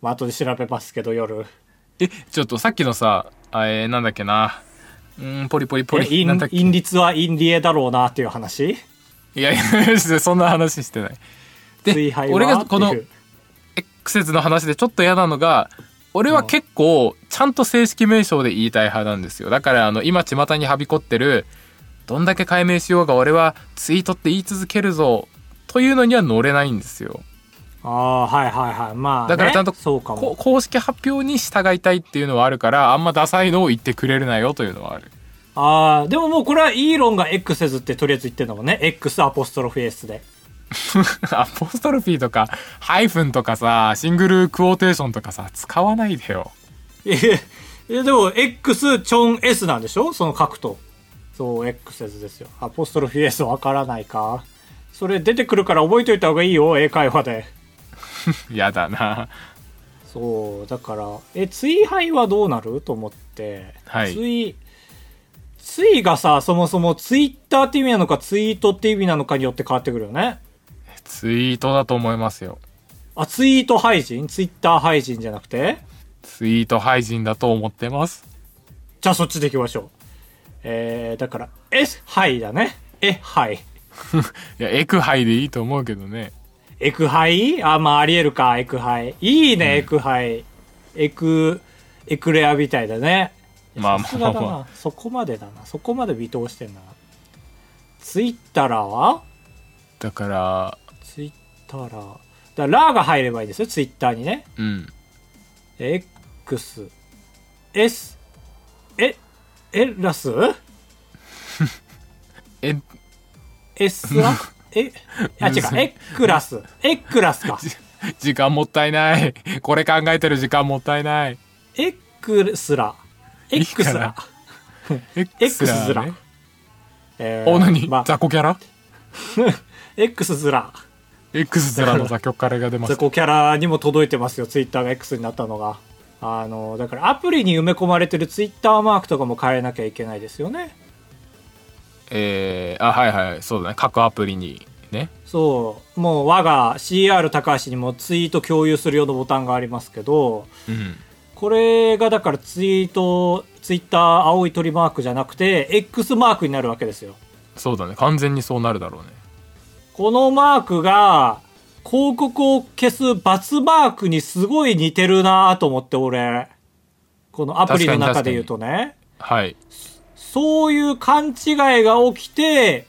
[SPEAKER 2] まあ、後で調べますけど、夜。
[SPEAKER 1] えちょっとさっきのさあえーなんだっけなうーんポリポリポ
[SPEAKER 2] え、
[SPEAKER 1] リ
[SPEAKER 2] イ
[SPEAKER 1] なん
[SPEAKER 2] ン
[SPEAKER 1] だっ、け
[SPEAKER 2] イン率はインリエだろうな、っていう話
[SPEAKER 1] いやいやそんな話してない
[SPEAKER 2] 追
[SPEAKER 1] で
[SPEAKER 2] 敗は
[SPEAKER 1] 俺がこ
[SPEAKER 2] っ
[SPEAKER 1] の
[SPEAKER 2] ていう
[SPEAKER 1] X 説の話でちょっと嫌なのが俺は結構ちゃんと正式名称で言いたい派なんですよだからあの今巷にはびこってるどんだけ解明しようが俺はツイートって言い続けるぞというのには乗れないんですよ
[SPEAKER 2] ああ、はいはいはい。まあ、ね、
[SPEAKER 1] だからちゃんと
[SPEAKER 2] そうか
[SPEAKER 1] こ
[SPEAKER 2] も。
[SPEAKER 1] 公式発表に従いたいっていうのはあるからあんまダサいのを言ってくれるなよというのはある
[SPEAKER 2] ああ、でももうこれはイーロンが X せずってとりあえず言ってんだもんね。X アポストロフィ S で。
[SPEAKER 1] アポストロフィーとかハイフンとかさシングルクォーテーションとかさ使わないでよ
[SPEAKER 2] ええ、でも、X チョン S なんでしょその書くと。そう、X せずですよ。アポストロフィ S わからないか。それ出てくるから覚えといた方がいいよ、英会話で。
[SPEAKER 1] やだな
[SPEAKER 2] そうだからえ追廃はどうなると思って、
[SPEAKER 1] はい
[SPEAKER 2] 追追がさそもそもツイッターって意味なのかツイートって意味なのかによって変わってくるよね
[SPEAKER 1] ツイートだと思いますよ
[SPEAKER 2] あツイート廃人ツイッター廃人じゃなくて
[SPEAKER 1] ツイート配信だと思ってます
[SPEAKER 2] じゃあそっちでいきましょうえー、だから「えはい」だね「えはい」
[SPEAKER 1] いやエクハイでいいと思うけどね
[SPEAKER 2] 「エクハイ」あまあありえるかエクハイいいね、エクハイエクエクレアみたいだね
[SPEAKER 1] まあま
[SPEAKER 2] さ
[SPEAKER 1] あ
[SPEAKER 2] す
[SPEAKER 1] まあ
[SPEAKER 2] がだ
[SPEAKER 1] ま
[SPEAKER 2] な。そこまでだな。そこまで微糖してんな。ツイッターは
[SPEAKER 1] あだから
[SPEAKER 2] ツイッターだから、ラーが入ればいいですよ。ツイッターにね。
[SPEAKER 1] うん
[SPEAKER 2] え X、S、え、え、ラス
[SPEAKER 1] え
[SPEAKER 2] ?S はえ、あ、違う。え、クラス。え、クラスか。
[SPEAKER 1] 時間もったいないこれ考えてる時間もったいない
[SPEAKER 2] え、クスラ。え、ク
[SPEAKER 1] いい
[SPEAKER 2] ス
[SPEAKER 1] かな
[SPEAKER 2] ラ。
[SPEAKER 1] X だね
[SPEAKER 2] X ずらえー
[SPEAKER 1] お何、
[SPEAKER 2] まあ、
[SPEAKER 1] 雑魚キャラ
[SPEAKER 2] X ずら。
[SPEAKER 1] X ずらの雑魚キャラが出ま
[SPEAKER 2] 雑
[SPEAKER 1] す
[SPEAKER 2] 魚キャラにも届いてますよツイッターが X になったのがあのだからアプリに埋め込まれてるツイッターマークとかも変えなきゃいけないですよね
[SPEAKER 1] えー、あはいはいそうだね各アプリにね
[SPEAKER 2] そうもう我が CR 高橋にもツイート共有するようなボタンがありますけど
[SPEAKER 1] うん
[SPEAKER 2] これがだからツイートツイッター青い鳥マークじゃなくて X マークになるわけですよ
[SPEAKER 1] そうだね完全にそうなるだろうね
[SPEAKER 2] このマークが広告を消す×マークにすごい似てるなと思って俺このアプリの中で言うとね
[SPEAKER 1] はい
[SPEAKER 2] そういう勘違いが起きて、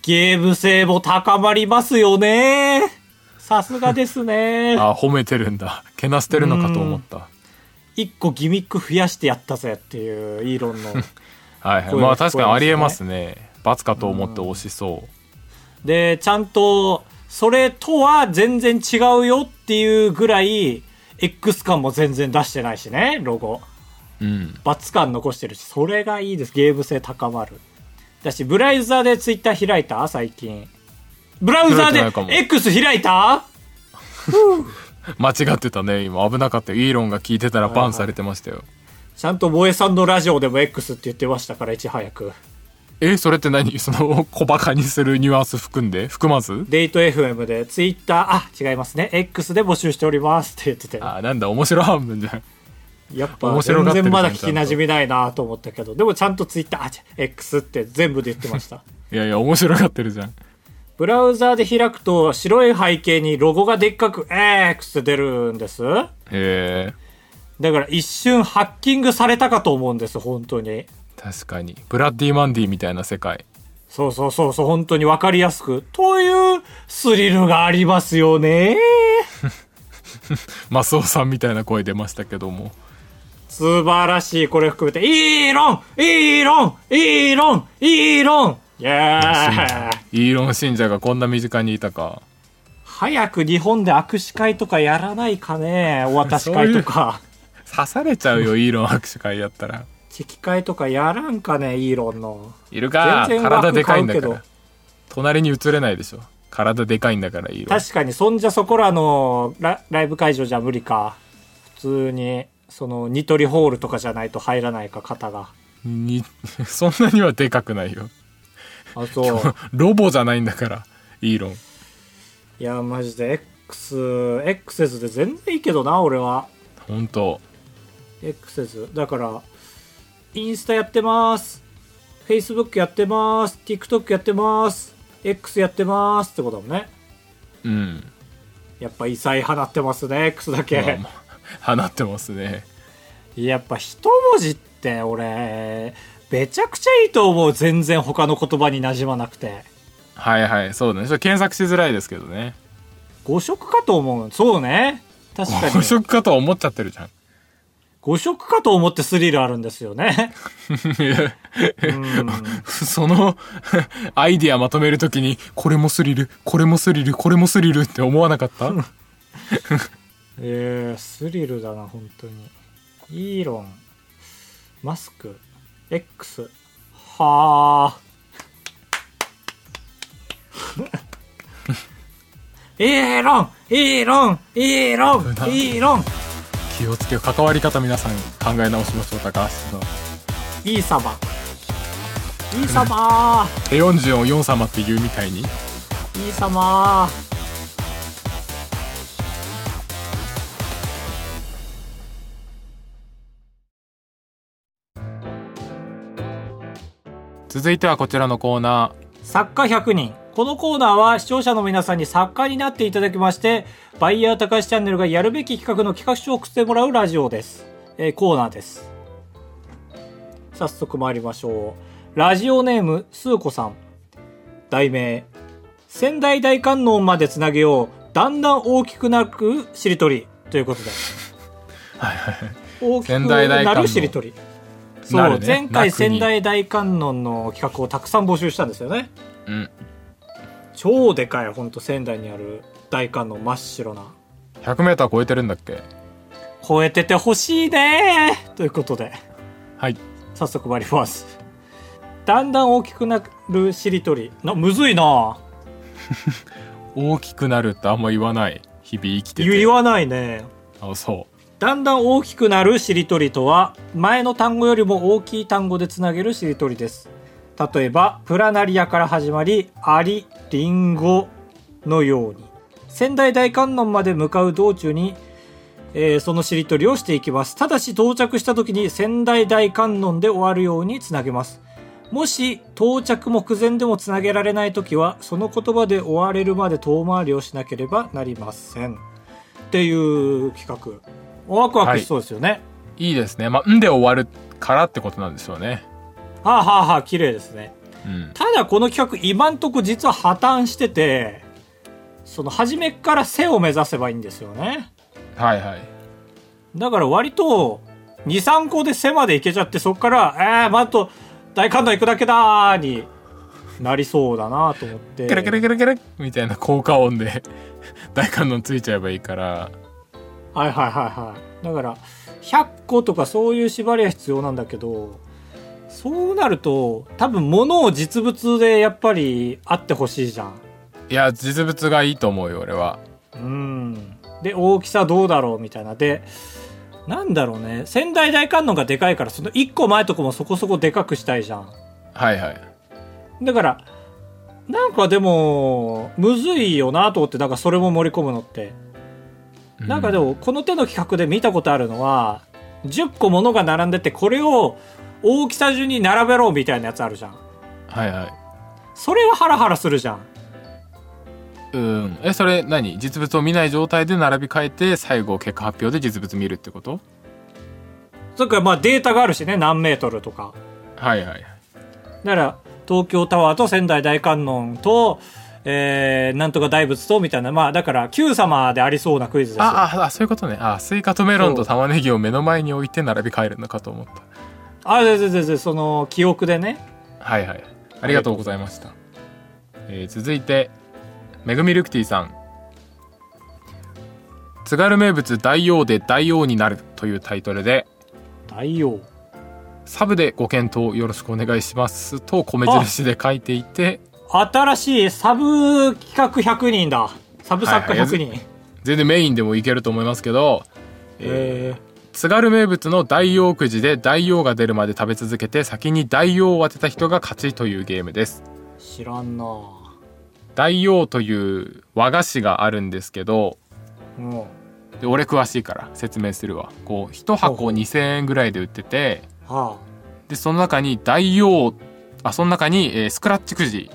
[SPEAKER 2] ゲーム性も高まりますよね。さすがですね。
[SPEAKER 1] あ褒めてるんだけなしてるのかと思った
[SPEAKER 2] 一個ギミック増やしてやったぜっていう、イーロンの。
[SPEAKER 1] はいはい
[SPEAKER 2] 声が
[SPEAKER 1] まあ
[SPEAKER 2] 聞こえます
[SPEAKER 1] 確
[SPEAKER 2] ね
[SPEAKER 1] かにありえますね罰かと思って押しそう
[SPEAKER 2] で、ちゃんと、それとは全然違うよっていうぐらい、X 感も全然出してないしね、ロゴ。
[SPEAKER 1] うん
[SPEAKER 2] バツ感残してるし、それがいいです。ゲーム性高まる。だし、ブラウザーでツイッター開いた最近。ブラウザ
[SPEAKER 1] 開いてないか
[SPEAKER 2] ー
[SPEAKER 1] も
[SPEAKER 2] で X 開いた
[SPEAKER 1] 間違ってたね今危なかったよイーロンが聞いてたらバンされてましたよ、
[SPEAKER 2] ちゃんと萌えさんのラジオでも X って言ってましたから、いち早く。
[SPEAKER 1] えそれって何 その小バカにするニュアンス含んで含まず
[SPEAKER 2] デート FM で、ツイッター、あ、違いますね。X で募集しておりますって言ってて。
[SPEAKER 1] あなんだ面白半分じゃん
[SPEAKER 2] やっぱ
[SPEAKER 1] 面白
[SPEAKER 2] 全
[SPEAKER 1] がってる
[SPEAKER 2] 然まだ
[SPEAKER 1] じゃん
[SPEAKER 2] 聞きなじみないなと思ったけどでもちゃんとツイッターあ違う X って全部で言ってました
[SPEAKER 1] いやいや面白がってるじゃん
[SPEAKER 2] ブラウザーで開くと白い背景にロゴがでっかく X って出るんです
[SPEAKER 1] え
[SPEAKER 2] だから一瞬ハッキングされたかと思うんです本当に
[SPEAKER 1] ー、確かにブラッディ・マンディみたいな世界
[SPEAKER 2] そうそうそうそう本当に分かりやすくというスリルがありますよね
[SPEAKER 1] マスオさんみたいな声出ましたけど も
[SPEAKER 2] 素晴らしいこれ含めてイーロンイーロンイーロンイーロンイエーイ
[SPEAKER 1] イーロン信者がこんな身近にいたか
[SPEAKER 2] 早く日本で握手会とかやらないかねお渡し会とか
[SPEAKER 1] 刺されちゃう よイーロン握手会やったら
[SPEAKER 2] チェキ会とかやらんかねイーロンの
[SPEAKER 1] いるか
[SPEAKER 2] 全然
[SPEAKER 1] 体でかいんだ
[SPEAKER 2] 枠
[SPEAKER 1] か
[SPEAKER 2] 買
[SPEAKER 1] ら
[SPEAKER 2] うけど
[SPEAKER 1] 隣に映れないでしょ体でかいんだからイーロン
[SPEAKER 2] 確かにそんじゃそこらのラライブ会場じゃ無理か普通にそのニトリホールとかじゃないと入らないか肩が
[SPEAKER 1] に そんなにはでかくないよ
[SPEAKER 2] あ そう
[SPEAKER 1] ロボじゃないんだからイーロン
[SPEAKER 2] いやマジで XXS で全然いいけどな俺は
[SPEAKER 1] 本当
[SPEAKER 2] XS だからインスタやってます Facebook やってます TikTok やってます X やってますってことだもんね
[SPEAKER 1] うん、
[SPEAKER 2] やっぱ異彩放ってますね X だけ、
[SPEAKER 1] まあまあ、放ってますね
[SPEAKER 2] やっぱ一文字って俺めちゃくちゃいいと思う全然他の言葉に馴染まなくて
[SPEAKER 1] はいはいそうだねそれ検索しづらいですけどね
[SPEAKER 2] 誤色かと思うそうね確かに
[SPEAKER 1] 誤色かとは思っちゃってるじゃん
[SPEAKER 2] 誤色かと思ってスリルあるんですよね うん
[SPEAKER 1] そのアイディアまとめるときにこれもスリルこれもスリルこれもスリルって思わなかった
[SPEAKER 2] えー、スリルだな本当にイーロンマスク X はあ イーロンイーロンイーロン
[SPEAKER 1] 危ない
[SPEAKER 2] イーロン
[SPEAKER 1] 気をつけよう関わり方皆さん考え直しましょう高橋さん
[SPEAKER 2] イーサマイーサマ
[SPEAKER 1] エヨンジュンをヨン様って言うみたいに
[SPEAKER 2] イーサマ
[SPEAKER 1] 続いてはこちらのコーナー
[SPEAKER 2] 作家100人このコーナーは視聴者の皆さんに作家になっていただきましてバイヤー高橋チャンネルがやるべき企画の企画書を送ってもらうラジオです、えーコーナーです早速参りましょうラジオネームスー子さん題名仙台大観音までつなげようだんだん大きくなるしりとりということで大きく
[SPEAKER 1] 仙台大
[SPEAKER 2] な
[SPEAKER 1] 観音
[SPEAKER 2] るしりとりそ
[SPEAKER 1] な
[SPEAKER 2] う、
[SPEAKER 1] るね
[SPEAKER 2] 前
[SPEAKER 1] なくに
[SPEAKER 2] 回仙台大観音の企画をたくさん募集したんですよね
[SPEAKER 1] うん
[SPEAKER 2] 超でかいほんと仙台にある大観音真っ白な
[SPEAKER 1] 100m 超えてるんだっけ
[SPEAKER 2] 超えててほしいねということで
[SPEAKER 1] はい
[SPEAKER 2] 早速参りますだんだん大きくなるしりとりなむずいな
[SPEAKER 1] 大きくなるってあんま言わない日々生きてて
[SPEAKER 2] 言わないね
[SPEAKER 1] あそ
[SPEAKER 2] だんだん大きくなるしりとりとは前の単語よりも大きい単語でつなげるしりとりです例えばプラナリアから始まりアリリンゴのように仙台大観音まで向かう道中に、えーそのしりとりをしていきますただし到着した時に仙台大観音で終わるようにつなげますもし到着目前でもつなげられない時はその言葉で終われるまで遠回りをしなければなりませんっていう企画ワクワクしそうですよね、
[SPEAKER 1] ういいですねまあ「ん」で終わるからってことなんでしょうね
[SPEAKER 2] はあはあはあ綺麗ですね
[SPEAKER 1] うん
[SPEAKER 2] ただこの企画今んとこ実は破綻しててその初めっから背を目指せばいいんですよね
[SPEAKER 1] はいはい
[SPEAKER 2] だから割と23個で背までいけちゃってそこから「えー、まああと大観音行くだけだ」になりそうだなと思って
[SPEAKER 1] ケラケラケラケラみたいな効果音で大観音ついちゃえばいいから
[SPEAKER 2] はいはいはいはいだから100個とかそういう縛りは必要なんだけどそうなると多分物を実物でやっぱりあってほしいじゃん
[SPEAKER 1] いや実物がいいと思うよ俺はい
[SPEAKER 2] うんで大きさどうだろうみたいなでなんだろうね仙台大観音がでかいからその1個前とかもそこそこでかくしたいじゃん
[SPEAKER 1] はいはい
[SPEAKER 2] だからなんかでもむずいよなと思ってなんかそれも盛り込むのってなんかで
[SPEAKER 1] も、
[SPEAKER 2] もこの手の企画で見たことあるのは10個ものが並んでてこれを大きさ順に並べろみたいなやつあるじゃん
[SPEAKER 1] はいはい
[SPEAKER 2] それはハラハラするじゃん
[SPEAKER 1] うんえそれ何実物を見ない状態で並び替えて最後結果発表で実物見るってこと
[SPEAKER 2] それからまあデータがあるしね何メートルとか
[SPEAKER 1] はいはい
[SPEAKER 2] だから東京タワーと仙台大観音と、えー、なんとか大仏とみたいなまあだから「Q 様」でありそうなクイズですよあ
[SPEAKER 1] あああそういうことねあスイカとメロンと玉ねぎを目の前に置いて並び替えるのかと思った
[SPEAKER 2] 全然全然その記憶でね
[SPEAKER 1] はいはいありがとうございました、えー続いてめぐみルクティさん津軽名物大王で大王になるというタイトルで
[SPEAKER 2] 大王
[SPEAKER 1] サブでご検討よろしくお願いしますと米印で書いていて
[SPEAKER 2] 新しいサブ企画100人だサブ作家100人、
[SPEAKER 1] 全然メインでもいけると思いますけど
[SPEAKER 2] えー
[SPEAKER 1] 津軽名物の大王くじで大王が出るまで食べ続けて先に大王を当てた人が勝ちというゲームです
[SPEAKER 2] 知らんな
[SPEAKER 1] 大王という和菓子があるんですけど
[SPEAKER 2] うん
[SPEAKER 1] で俺詳しいから説明するわこう1箱2,000円ぐらいで売ってて
[SPEAKER 2] は
[SPEAKER 1] でその中に大王あその中に、えースクラッチくじ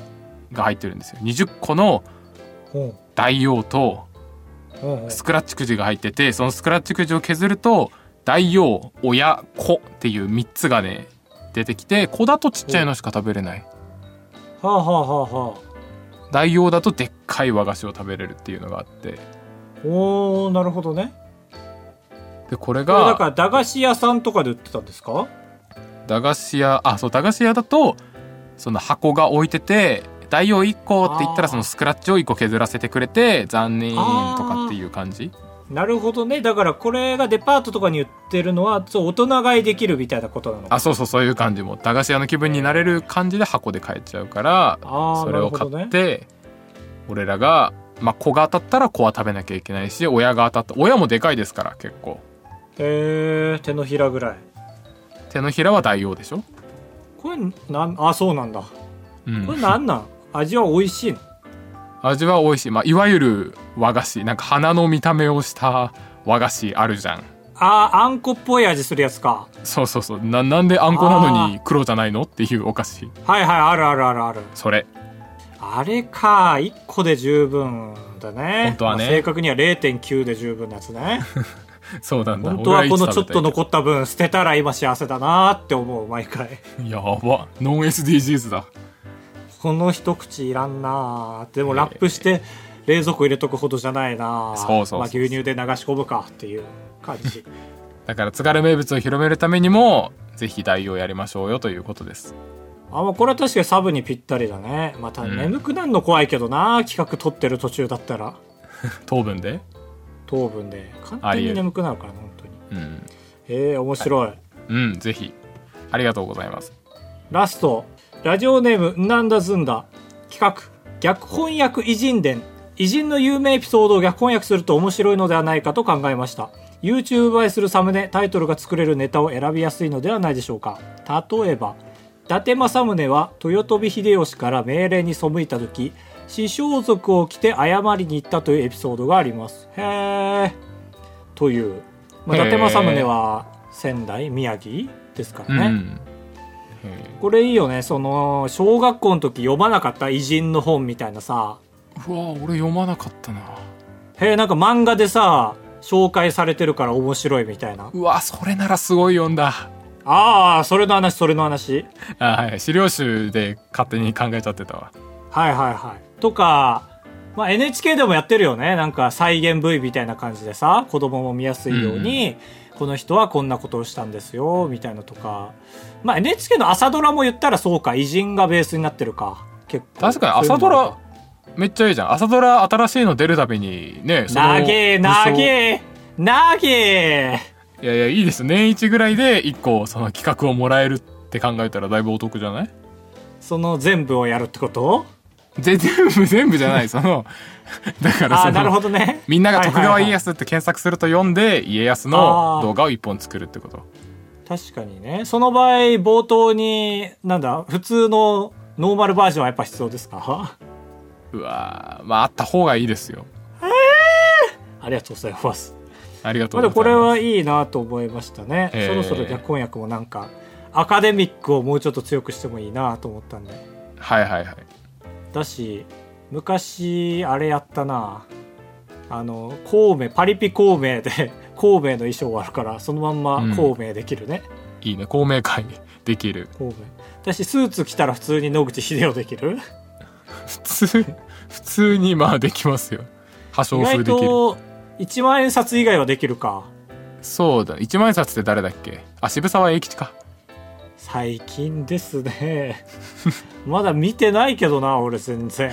[SPEAKER 1] が入ってるんですよ20個の
[SPEAKER 2] あほん
[SPEAKER 1] 大王と
[SPEAKER 2] ほんほん
[SPEAKER 1] スクラッチくじが入っててそのスクラッチくじを削ると大王親子っていう3つがね出てきて子だとちっちゃいのしか食べれない
[SPEAKER 2] はあはあはあは
[SPEAKER 1] 大王だとでっかい和菓子を食べれるっていうのがあって
[SPEAKER 2] あおーなるほどね
[SPEAKER 1] でこれ
[SPEAKER 2] これだ
[SPEAKER 1] が
[SPEAKER 2] から駄菓子屋さんとかで売ってたんですか
[SPEAKER 1] 駄菓子屋あそう駄菓子屋だとその箱が置いてて「代用1個」って言った
[SPEAKER 2] あー
[SPEAKER 1] らそのスクラッチを1個削らせてくれて残念とかっていう感じ
[SPEAKER 2] なるほどねだからこれがデパートとかに売ってるのはそう大人買いできるみたいなことなの
[SPEAKER 1] あ
[SPEAKER 2] か
[SPEAKER 1] そうそうそういう感じも駄菓子屋の気分になれる感じで箱で買えちゃうから
[SPEAKER 2] あー
[SPEAKER 1] それを買って、俺らが、まあ、子が当たったら子は食べなきゃいけないし親が当たった親もでかいですから結構
[SPEAKER 2] へえ手のひらぐらい
[SPEAKER 1] 手のひらは大王でしょ
[SPEAKER 2] これなんあそうなんだこ
[SPEAKER 1] うん
[SPEAKER 2] れなんなん味は美味しいの
[SPEAKER 1] 味は美味しい、まあ、いわゆる和菓子なんか花の見た目をした和菓子あるじゃん
[SPEAKER 2] あーあんこっぽい味するやつか
[SPEAKER 1] そうそうそうななんであんこなのに黒じゃないのっていうお菓子
[SPEAKER 2] はいはいあるあるあるある
[SPEAKER 1] それ
[SPEAKER 2] あれか1個で十分だね
[SPEAKER 1] 本当はね
[SPEAKER 2] まあ正確には0.9で十分なやつね
[SPEAKER 1] そうなんだ
[SPEAKER 2] 本当はこのちょっ と
[SPEAKER 1] 俺
[SPEAKER 2] 残った分捨てたら今幸せだなーって思う毎
[SPEAKER 1] は
[SPEAKER 2] 回
[SPEAKER 1] いつ食べたいやばノン SDGs だ
[SPEAKER 2] この一口いらんなーでもラップして冷蔵庫入れとくほどじゃないなー
[SPEAKER 1] そうそうそう
[SPEAKER 2] まあ、牛乳で流し込むかっていう感じ
[SPEAKER 1] だから津軽名物を広めるためにもぜひ代用やりましょうよということです
[SPEAKER 2] あもうこれは確かにサブにぴったりだねまた
[SPEAKER 1] ん
[SPEAKER 2] 眠くなるの怖いけどなー企画撮ってる途中だったら
[SPEAKER 1] 糖分で
[SPEAKER 2] 糖分で簡
[SPEAKER 1] あ
[SPEAKER 2] 単
[SPEAKER 1] りえ
[SPEAKER 2] に
[SPEAKER 1] る
[SPEAKER 2] 眠くなるから本当に
[SPEAKER 1] うん、
[SPEAKER 2] へえ面白い、
[SPEAKER 1] うん、ぜひありがとうございます
[SPEAKER 2] ラストラジオネームなんだずんだ企画逆翻訳偉人伝偉人の有名エピソードを逆翻訳すると面白いのではないかと考えました YouTube 映えするサムネタイトルが作れるネタを選びやすいのではないでしょうか例えば伊達政宗は豊臣秀吉から命令に背いた時師匠族を着て謝りに行ったというエピソードがありますへーという、まあ、伊達政宗は仙台宮城ですからね、
[SPEAKER 1] うんへ
[SPEAKER 2] これいいよねその小学校の時読まなかった偉人の本みたいなさ
[SPEAKER 1] ーうわ俺読まなかったな
[SPEAKER 2] へえなんか漫画でさ紹介されてるから面白いみたいな
[SPEAKER 1] うわそれならすごい読んだ
[SPEAKER 2] ああそれの話それの話
[SPEAKER 1] あはい資料集で勝手に考えちゃってたわ
[SPEAKER 2] はいはいはいとか、まあ、NHK でもやってるよねなんか再現 V みたいな感じでさ子供も見やすいように、この人はこんなことをしたんですよみたいなとか、まあ、NHK の朝ドラも言ったらそうか偉人がベースになってるか結構
[SPEAKER 1] 確かに朝ドラめっちゃいいじゃん朝ドラ新しいの出るたびにねその
[SPEAKER 2] なげえなげえなげえ
[SPEAKER 1] いやいやいいです年一ぐらいで一個その企画をもらえるって考えたらだいぶお得じゃない
[SPEAKER 2] その全部をやるってこと
[SPEAKER 1] ぜ全部 全部じゃないその だから
[SPEAKER 2] あ
[SPEAKER 1] そ
[SPEAKER 2] あ、なる
[SPEAKER 1] の
[SPEAKER 2] ほどね。
[SPEAKER 1] みんなが徳川家
[SPEAKER 2] はいはいはい
[SPEAKER 1] 康って検索すると読んで家康の動画を一本作るってこと
[SPEAKER 2] 確かにね。その場合、冒頭に、なんだ、普通のノーマルバージョンはやっぱ必要ですか
[SPEAKER 1] うわーまああった方がいいですよ
[SPEAKER 2] ありがとうございます。
[SPEAKER 1] ありがと
[SPEAKER 2] ま
[SPEAKER 1] う
[SPEAKER 2] あ、
[SPEAKER 1] ご
[SPEAKER 2] で
[SPEAKER 1] ざいま
[SPEAKER 2] も
[SPEAKER 1] す
[SPEAKER 2] これはいいなと思いましたね。
[SPEAKER 1] えー
[SPEAKER 2] そろそろ逆翻訳もなんか、アカデミックをもうちょっと強くしてもいいなと思ったんで。
[SPEAKER 1] はいはいはい
[SPEAKER 2] だし、昔、あれやったな。あの、孔明、パリピ孔明で、 孔明の衣装があるから、そのまんま孔明できるね。
[SPEAKER 1] いいね公明会できる
[SPEAKER 2] 孔明。だし、スーツ着たら普通に野口英世できる
[SPEAKER 1] 普通普通にまあできますよ破傷
[SPEAKER 2] 意
[SPEAKER 1] 風
[SPEAKER 2] 外
[SPEAKER 1] できる
[SPEAKER 2] と1万円札以外はできるか
[SPEAKER 1] そうだ一万円札って誰だっけあ渋沢栄吉か
[SPEAKER 2] 最近で すねまだ見てないけどな俺全然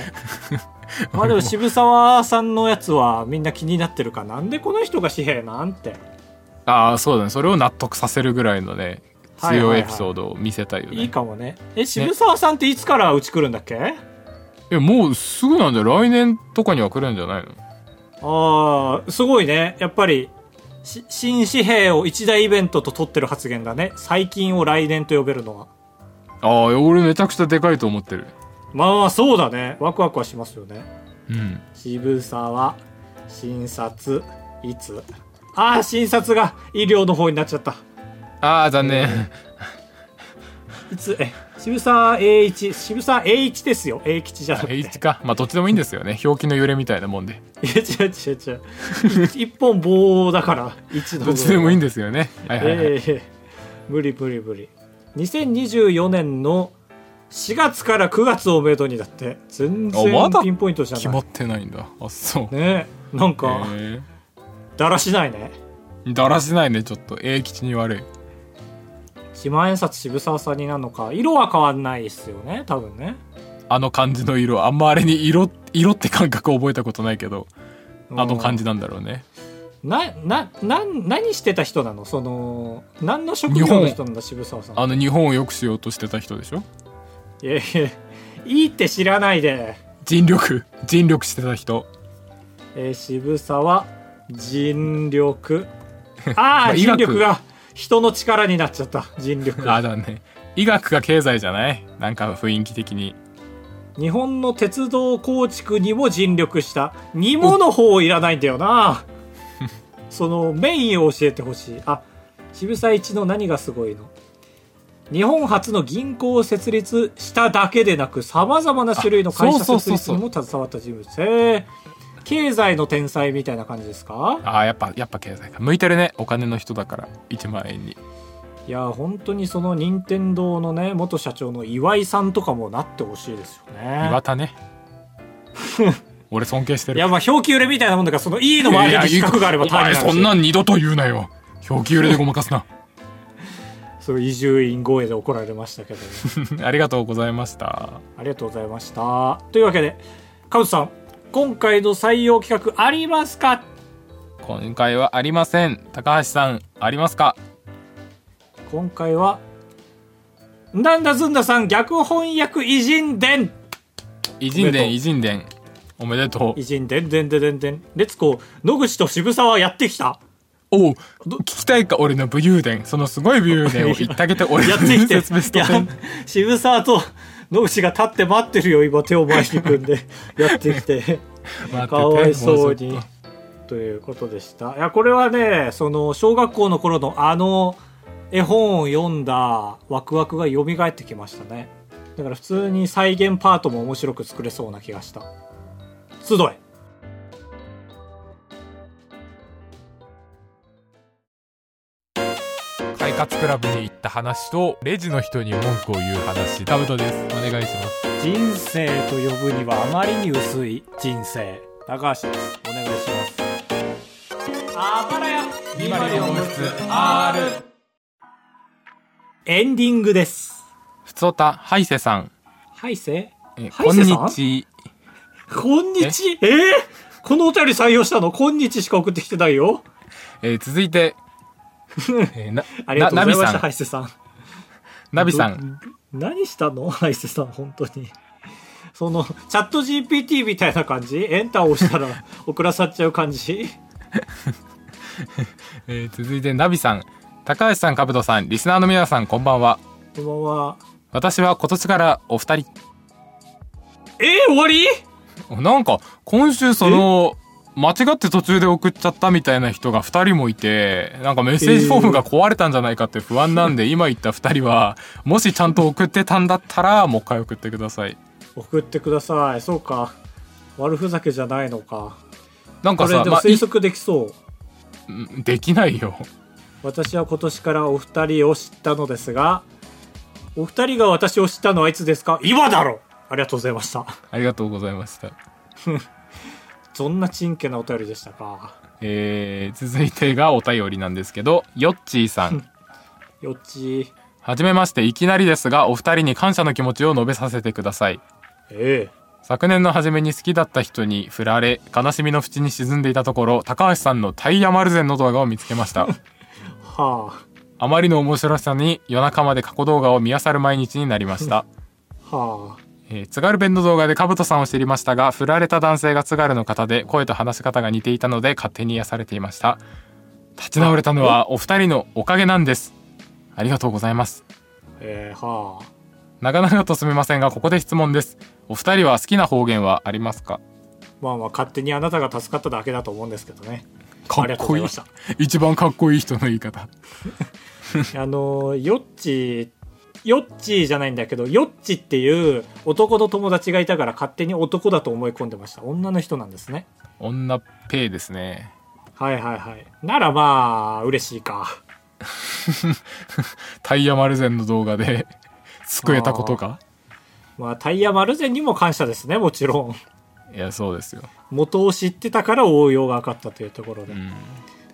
[SPEAKER 2] まあでも渋沢さんのやつはみんな気になってるかなんでこの人が紙幣なんて
[SPEAKER 1] ああそうだねそれを納得させるぐらいのね
[SPEAKER 2] はいはい
[SPEAKER 1] 強
[SPEAKER 2] はいい
[SPEAKER 1] エピソードを見せたいよね、
[SPEAKER 2] いいかもねえ渋沢さんっていつからうち来るんだっけ、
[SPEAKER 1] えもうすぐなんじゃ来年とかには来るんじゃないの
[SPEAKER 2] ああすごいねやっぱりし新紙幣を一大イベントと取ってる発言だね最近を来年と呼べるのは
[SPEAKER 1] ああ俺めちゃくちゃでかいと思ってる
[SPEAKER 2] まあそうだねワクワクはしますよね
[SPEAKER 1] うん
[SPEAKER 2] 渋沢診察いつああ診察が医療の方になっちゃった
[SPEAKER 1] ああ残念
[SPEAKER 2] いつえ渋沢栄一渋沢栄一ですよ栄吉じゃなくて
[SPEAKER 1] 栄一かまあどっちでもいいんですよね表記の揺れみたいなもんで
[SPEAKER 2] いや違う違う違う 一本棒だから一の
[SPEAKER 1] どっちでもいいん
[SPEAKER 2] だ
[SPEAKER 1] ですよねはいはいはい、
[SPEAKER 2] ええ無理無理無理2024年の4月から9月をめどにだって全然
[SPEAKER 1] あまだ
[SPEAKER 2] ピンポイントじゃ
[SPEAKER 1] 決
[SPEAKER 2] な
[SPEAKER 1] ま
[SPEAKER 2] い、
[SPEAKER 1] ってないんだあそう、
[SPEAKER 2] ねえなんか、
[SPEAKER 1] え
[SPEAKER 2] だらしないね
[SPEAKER 1] ーだらしないねちょっと栄吉に悪い
[SPEAKER 2] 一万円札渋沢さんになるのか色は変わんないっすよね多分ね
[SPEAKER 1] あの感じの色あんまあれに色色って感覚覚えたことないけどあの感
[SPEAKER 2] じ
[SPEAKER 1] じなんだろうね、
[SPEAKER 2] ななな何してた人なのその何の職業の人なんだ渋沢さん
[SPEAKER 1] あの日本を良くしようとしてた人でしょ
[SPEAKER 2] いやいやいいって知らないで、
[SPEAKER 1] 尽力尽力してた人
[SPEAKER 2] えー渋沢 尽力あ
[SPEAKER 1] まあ
[SPEAKER 2] あ
[SPEAKER 1] 医
[SPEAKER 2] 尽
[SPEAKER 1] 学
[SPEAKER 2] 力が人の力になっちゃった尽力
[SPEAKER 1] あだね医学が経済じゃないなんか雰囲気的に
[SPEAKER 2] 日本の鉄道構築にも尽力したにもの方いらないんだ よなそのメインを教えてほしいあ渋沢一の何がすごいの日本初の銀行を設立しただけでなくさまざまな種類の会
[SPEAKER 1] あ
[SPEAKER 2] 社
[SPEAKER 1] そうそう
[SPEAKER 2] 設
[SPEAKER 1] そう
[SPEAKER 2] 立
[SPEAKER 1] そう
[SPEAKER 2] にも携わった人物へえ経済の天才みたいな感じですか
[SPEAKER 1] あやっぱやっぱ経済か向いてるねお金の人だから1万円に
[SPEAKER 2] いや本当にその任天堂のね元社長の岩井さんとかもなってほしいですよね
[SPEAKER 1] 岩田 ね俺尊敬して
[SPEAKER 2] い
[SPEAKER 1] る
[SPEAKER 2] やまあ表記揺れみたいなもんだからその E の周りに資格があれば
[SPEAKER 1] いやいや
[SPEAKER 2] 単
[SPEAKER 1] い
[SPEAKER 2] に
[SPEAKER 1] いお前そんなん二度と言うなよ表記揺れでごまかすな
[SPEAKER 2] そう移住院声で怒られましたけど、
[SPEAKER 1] ありがとうございました
[SPEAKER 2] ありがとうございましたというわけでカウトさん今回の採用企画ありますか
[SPEAKER 1] 今回はありません高橋さんありますか
[SPEAKER 2] 今回はなんだずんださん逆翻訳偉人伝
[SPEAKER 1] 偉人
[SPEAKER 2] おめでとう
[SPEAKER 1] 伝偉人伝おめでとう
[SPEAKER 2] 偉人伝伝伝伝伝レッツゴー野口と渋沢やってきた
[SPEAKER 1] おう聞きたいか俺の武勇伝そのすごい武勇伝を言ってあげて俺の
[SPEAKER 2] やってき
[SPEAKER 1] 伝
[SPEAKER 2] て
[SPEAKER 1] 説ベスト
[SPEAKER 2] いや
[SPEAKER 1] 10
[SPEAKER 2] 渋沢と野口が立って待ってるよ今手を前に組んで やって
[SPEAKER 1] 待
[SPEAKER 2] きて。
[SPEAKER 1] ってて
[SPEAKER 2] かわいそう
[SPEAKER 1] も
[SPEAKER 2] に
[SPEAKER 1] うちょっ
[SPEAKER 2] ということでしたいやこれはねその小学校の頃のあの絵本を読んだワクワクが蘇ってきましたねだから普通に再現パートも面白く作れそうな気がした集え
[SPEAKER 1] と快活クラブに行った話とレジの人に文句を言う話タブトですお願いします
[SPEAKER 2] 人生と呼ぶにはあまりに薄い人生高橋ですお願いしますあばらやエンディングです
[SPEAKER 1] ふつおたはいせさん
[SPEAKER 2] はいせ
[SPEAKER 1] え
[SPEAKER 2] ハイ
[SPEAKER 1] こん
[SPEAKER 2] セさん
[SPEAKER 1] にち
[SPEAKER 2] こんにちえーこのお便り採用したのこんにちしか送ってきてないよ
[SPEAKER 1] えー続い てえーな
[SPEAKER 2] ありがとうございました、
[SPEAKER 1] な
[SPEAKER 2] ハイセさん。
[SPEAKER 1] ナビさんナビさん
[SPEAKER 2] ど。何したのハイセさん、本当に。そのチャット GPT みたいな感じエンターを 押したら送らさっちゃう感じ
[SPEAKER 1] えー続いてナビさん高橋さん兜さんリスナーの皆さんこんばんは
[SPEAKER 2] こんばんは
[SPEAKER 1] 私は今年からお二人
[SPEAKER 2] えー、終わり
[SPEAKER 1] おなんか今週その間違って途中で送っちゃったみたいな人が2人もいてなんかメッセージフォームが壊れたんじゃないかって不安なんで、今言った2人はもしちゃんと送ってたんだったらもう一回送ってください
[SPEAKER 2] 送ってくださいそうか悪ふざけじゃないのか
[SPEAKER 1] なん
[SPEAKER 2] こ
[SPEAKER 1] か
[SPEAKER 2] れ
[SPEAKER 1] さ、
[SPEAKER 2] でも
[SPEAKER 1] まあ
[SPEAKER 2] 推測できそう、
[SPEAKER 1] うんできないよ
[SPEAKER 2] 私は今年からお二人を知ったのですがお二人が私を知ったのはいつですか今だろありがとうございました
[SPEAKER 1] ありがとうございました
[SPEAKER 2] そんなちんけなお便りでしたか
[SPEAKER 1] えー続いてがお便りなんですけどよっちーさん
[SPEAKER 2] よっち
[SPEAKER 1] はじめましていきなりですがお二人に感謝の気持ちを述べさせてください
[SPEAKER 2] え
[SPEAKER 1] 昨年の初めに好きだった人に振られ悲しみの淵に沈んでいたところ高橋さんのタイヤ丸ンの動画を見つけました
[SPEAKER 2] えは
[SPEAKER 1] あまりの面白さに夜中まで過去動画を見漁る毎日になりました、
[SPEAKER 2] あはあ
[SPEAKER 1] えー津軽弁の動画で兜さんを知りましたが振られた男性が津軽の方で声と話し方が似ていたので勝手に癒されていました立ち直れたのはお二人のおかげなんですありがとうございます
[SPEAKER 2] ええはあ
[SPEAKER 1] 長々とすみませんがここで質問ですお二人は好きな方言はありますか
[SPEAKER 2] まあまあ勝手にあなたが助かっただけだと思うんですけどね
[SPEAKER 1] か
[SPEAKER 2] あり
[SPEAKER 1] っ
[SPEAKER 2] がとう
[SPEAKER 1] こい
[SPEAKER 2] ござい
[SPEAKER 1] い
[SPEAKER 2] ました
[SPEAKER 1] 一番かっこいい人の言い方
[SPEAKER 2] あのよっちよっちじゃないんだけどよっちっていう男の友達がいたから勝手に男だと思い込んでました女の人なんですね
[SPEAKER 1] 女ペイですね
[SPEAKER 2] はいはいはいならまあ嬉しいか
[SPEAKER 1] タイヤ丸ンの動画で 救えたことか
[SPEAKER 2] まあタイヤ丸善にも感謝ですねもちろん
[SPEAKER 1] いやそうですよ、
[SPEAKER 2] 元を知ってたから応用が分かったというところで、
[SPEAKER 1] うん、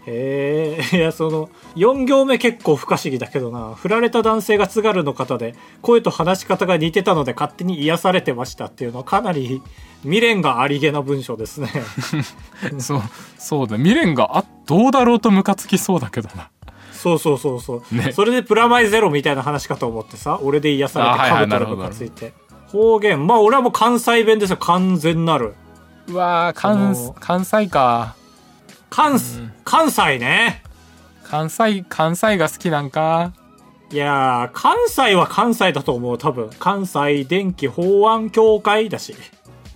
[SPEAKER 2] へえいやその4行目結構不可思議だけどな振られた男性が津軽の方で声と話し方が似てたので勝手に癒されてましたっていうのはかなり未練がありげな文章ですね
[SPEAKER 1] そうそうだ未練があどうだろうとムカつきそうだけどな
[SPEAKER 2] そうそうそうそう、
[SPEAKER 1] ね
[SPEAKER 2] それでプラマイゼロみたいな話かと思ってさ俺で癒さ
[SPEAKER 1] あはいはい
[SPEAKER 2] れてカブトがムカついて、方言まあ俺はもう関西弁ですよ完全なる
[SPEAKER 1] うわー
[SPEAKER 2] あの
[SPEAKER 1] 関
[SPEAKER 2] ー
[SPEAKER 1] 関西か
[SPEAKER 2] 関す、関西ね
[SPEAKER 1] 関西関西が好きなんか
[SPEAKER 2] いやー関西は関西だと思う多分関西電気法案協会だし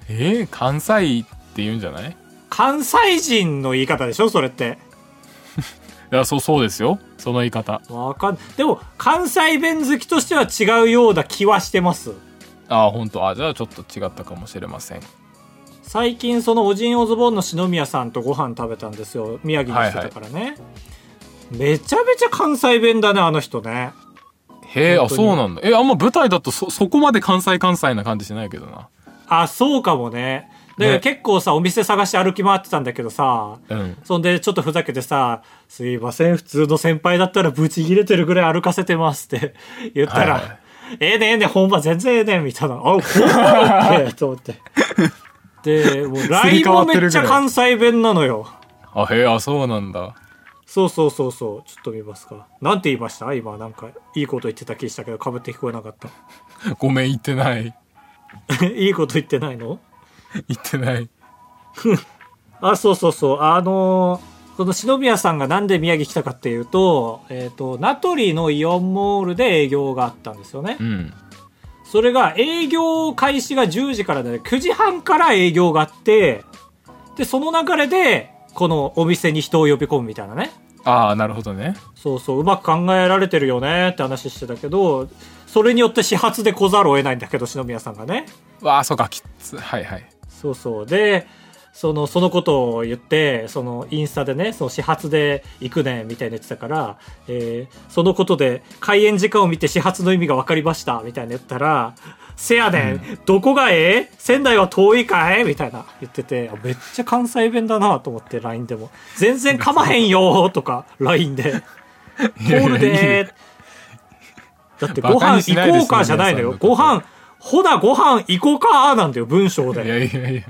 [SPEAKER 1] えー、関西って言うんじゃないい
[SPEAKER 2] 関西人の言い方でしょそれって
[SPEAKER 1] やそうそうですよその言い方
[SPEAKER 2] わかんでも関西弁好きとしては違うような気はしてます
[SPEAKER 1] ああ本当あじゃあちょっと違ったかもしれません
[SPEAKER 2] 最近そのおじんおズボンの篠宮さんとご飯食べたんですよ宮城にしてたからね、めちゃめちゃ関西弁だねあの人ね
[SPEAKER 1] へえあ
[SPEAKER 2] 本当に
[SPEAKER 1] そうなんだえあんま舞台だとそそこまで関西関西な感じしないけどな
[SPEAKER 2] あそうかもねだから
[SPEAKER 1] ね
[SPEAKER 2] 結構さお店探して歩き回ってたんだけどさ
[SPEAKER 1] うん
[SPEAKER 2] そんでちょっとふざけてさ「すいません普通の先輩だったらブチギレてるぐらい歩かせてます」って言ったら「
[SPEAKER 1] はいはい
[SPEAKER 2] ええねええね本番全然ええねみたいな「あこうだっけ」と思ってで もう LINE もめっちゃ関西弁なのよ
[SPEAKER 1] あへえあそうなんだ
[SPEAKER 2] そうそうそうそうちょっと見ますかなんて言いました今なんかいいこと言ってた気したけどかぶって聞こえなかった
[SPEAKER 1] ごめん言ってない
[SPEAKER 2] いいこと言ってないの
[SPEAKER 1] 言ってない
[SPEAKER 2] あ、そうそうそう。あのーこの篠宮さんがなんで宮城来たかっていうと、えっ、と、名取のイオンモールで営業があったんですよね
[SPEAKER 1] う。ん
[SPEAKER 2] それが営業開始が10時からで、9時半から営業があって、で、その流れで、このお店に人を呼び込むみたいなね。
[SPEAKER 1] ああなるほどね
[SPEAKER 2] そうそう、うまく考えられてるよねって話してたけど、それによって始発で来ざるを得ないんだけど、篠宮さんがね。
[SPEAKER 1] わあそうかきっつはいはい
[SPEAKER 2] そうそうでそのそのことを言ってそのインスタでねその始発で行くねみたいな言ってたから、えーそのことで開演時間を見て始発の意味が分かりましたみたいな言ったら「せやねん、どこがええ仙台は遠いかい?」みたいな言っててあめっちゃ関西弁だなと思って LINE でも「全然かまへんよ」とか LINE で「ホールで」だってご
[SPEAKER 1] バカ
[SPEAKER 2] 飯
[SPEAKER 1] にしない
[SPEAKER 2] 行
[SPEAKER 1] で
[SPEAKER 2] こうかじゃないの
[SPEAKER 1] そん
[SPEAKER 2] よ
[SPEAKER 1] な
[SPEAKER 2] ご
[SPEAKER 1] 皆さんの
[SPEAKER 2] 飯ほなご飯行こうかなんだよ文章で
[SPEAKER 1] いやいやいや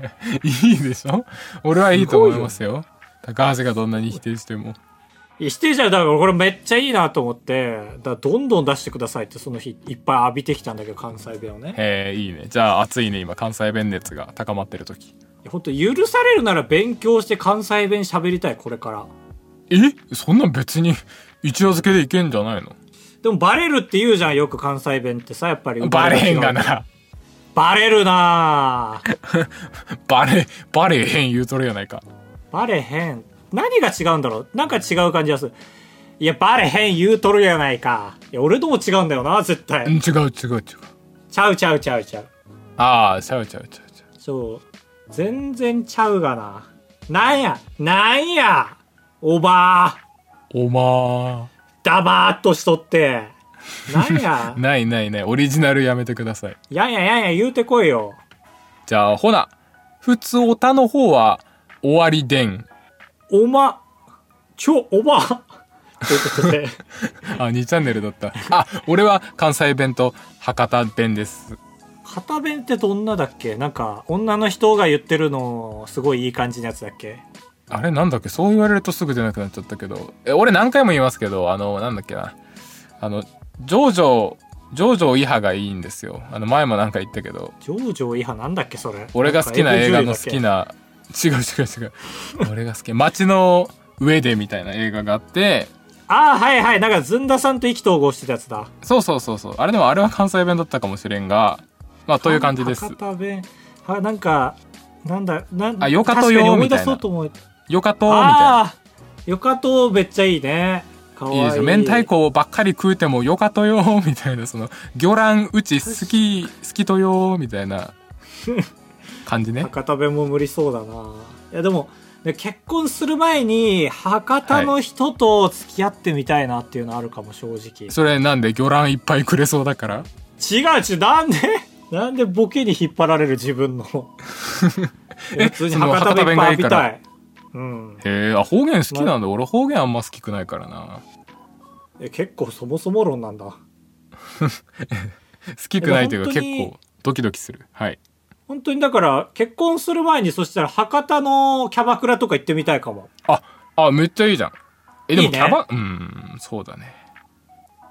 [SPEAKER 1] いいでしょ俺はいいと思いますよ高橋がどんなに否定しても
[SPEAKER 2] 指定者だからこれめっちゃいいなと思って、だからどんどん出してくださいってその日いっぱい浴びてきたんだけど、関西弁をね。
[SPEAKER 1] えー、いいねじゃあ暑いね今関西弁熱が高まってる時
[SPEAKER 2] 本当許されるなら勉強して関西弁喋りたい、これから。
[SPEAKER 1] えそんなん別に一夜漬けでいけんじゃないの
[SPEAKER 2] でもバレるって言うじゃん、よく関西弁ってさ、やっぱり。
[SPEAKER 1] バレへんが。な
[SPEAKER 2] バレるなぁ
[SPEAKER 1] バレバレへん言うとるやないか
[SPEAKER 2] バレへん。何が違うんだろうなんか違う感じがする。いや、バレへん言うとるやないか。いや、俺とも違うんだよな、絶
[SPEAKER 1] うん
[SPEAKER 2] 対。
[SPEAKER 1] 違う違う違う
[SPEAKER 2] ちゃうちゃうちゃうちゃう。
[SPEAKER 1] ああちゃうちゃうちゃうちゃう
[SPEAKER 2] そう。全然ちゃうがな。なんや、なんや、おばー、
[SPEAKER 1] おま
[SPEAKER 2] 黙っとしとって。なんや
[SPEAKER 1] ー、ないないないオリジナルやめてください
[SPEAKER 2] やんややんや言うてこいよ。
[SPEAKER 1] じゃあほな普通おたの方は終わりでん
[SPEAKER 2] おま、ちょ、おばー。というこ とで、
[SPEAKER 1] あ2チャンネルだったあ俺は関西弁と博多弁です
[SPEAKER 2] 片弁ってどんなだっけなんか、女の人が言ってるの、すごいいい感じのやつだっけ
[SPEAKER 1] あれなんだっけそう言われるとすぐ出なくなっちゃったけど。え、俺何回も言いますけど、あの、なんだっけな。あの、ジョジョ、ジョジョイハがいいんですよ。あの、前もなんか言ったけど、
[SPEAKER 2] ジョージョ違反なんだっけそれ。
[SPEAKER 1] 俺が好きな映画の好き
[SPEAKER 2] な
[SPEAKER 1] な、違う違う違う。俺が好き。街の上でみたいな映画があって、
[SPEAKER 2] んか。ああ、はいはい。なんか、ずんださんと意気投合してたやつだ。
[SPEAKER 1] そうそうそうそう。あれでもあれは関西弁だったかもしれんが、まあ、という感じです
[SPEAKER 2] 博。多弁。は、なんか、なんだ、なん
[SPEAKER 1] あよかとよ
[SPEAKER 2] 確に思い
[SPEAKER 1] みた
[SPEAKER 2] 出
[SPEAKER 1] いな
[SPEAKER 2] そうと思う。
[SPEAKER 1] よかとみた
[SPEAKER 2] ああー、よかとめっちゃいいね。かわ
[SPEAKER 1] い
[SPEAKER 2] いい。
[SPEAKER 1] な。いいですよ。明太子ばっかり食うてもよかとよみたいな、その、魚卵う ち好き、好きとよみたいな感 じね。
[SPEAKER 2] 博多弁も無理そうだな。いや、でも、ね結婚する前に、博多の人と付き合ってみたいなっていうのあるかも、正直。
[SPEAKER 1] それなんで魚卵いっぱいくれそうだから
[SPEAKER 2] 違う違う、なんでなんでボケに引っ張られる自 分の。いや普通に博多弁いっぱい浴びたい。うん。
[SPEAKER 1] へえあ方言好きなんだ俺方言あんま好きくないからな
[SPEAKER 2] え結構そもそも論なんだ。
[SPEAKER 1] 好きくないというか
[SPEAKER 2] で
[SPEAKER 1] 結
[SPEAKER 2] も本当に
[SPEAKER 1] 構ドキドキするはい
[SPEAKER 2] 本当にだから、結婚する前に、そしたら博多のキャバクラとか行ってみたいかも。
[SPEAKER 1] ああめっちゃいいじゃんえで
[SPEAKER 2] い
[SPEAKER 1] も
[SPEAKER 2] い
[SPEAKER 1] キ
[SPEAKER 2] ね
[SPEAKER 1] ャバうんそうだね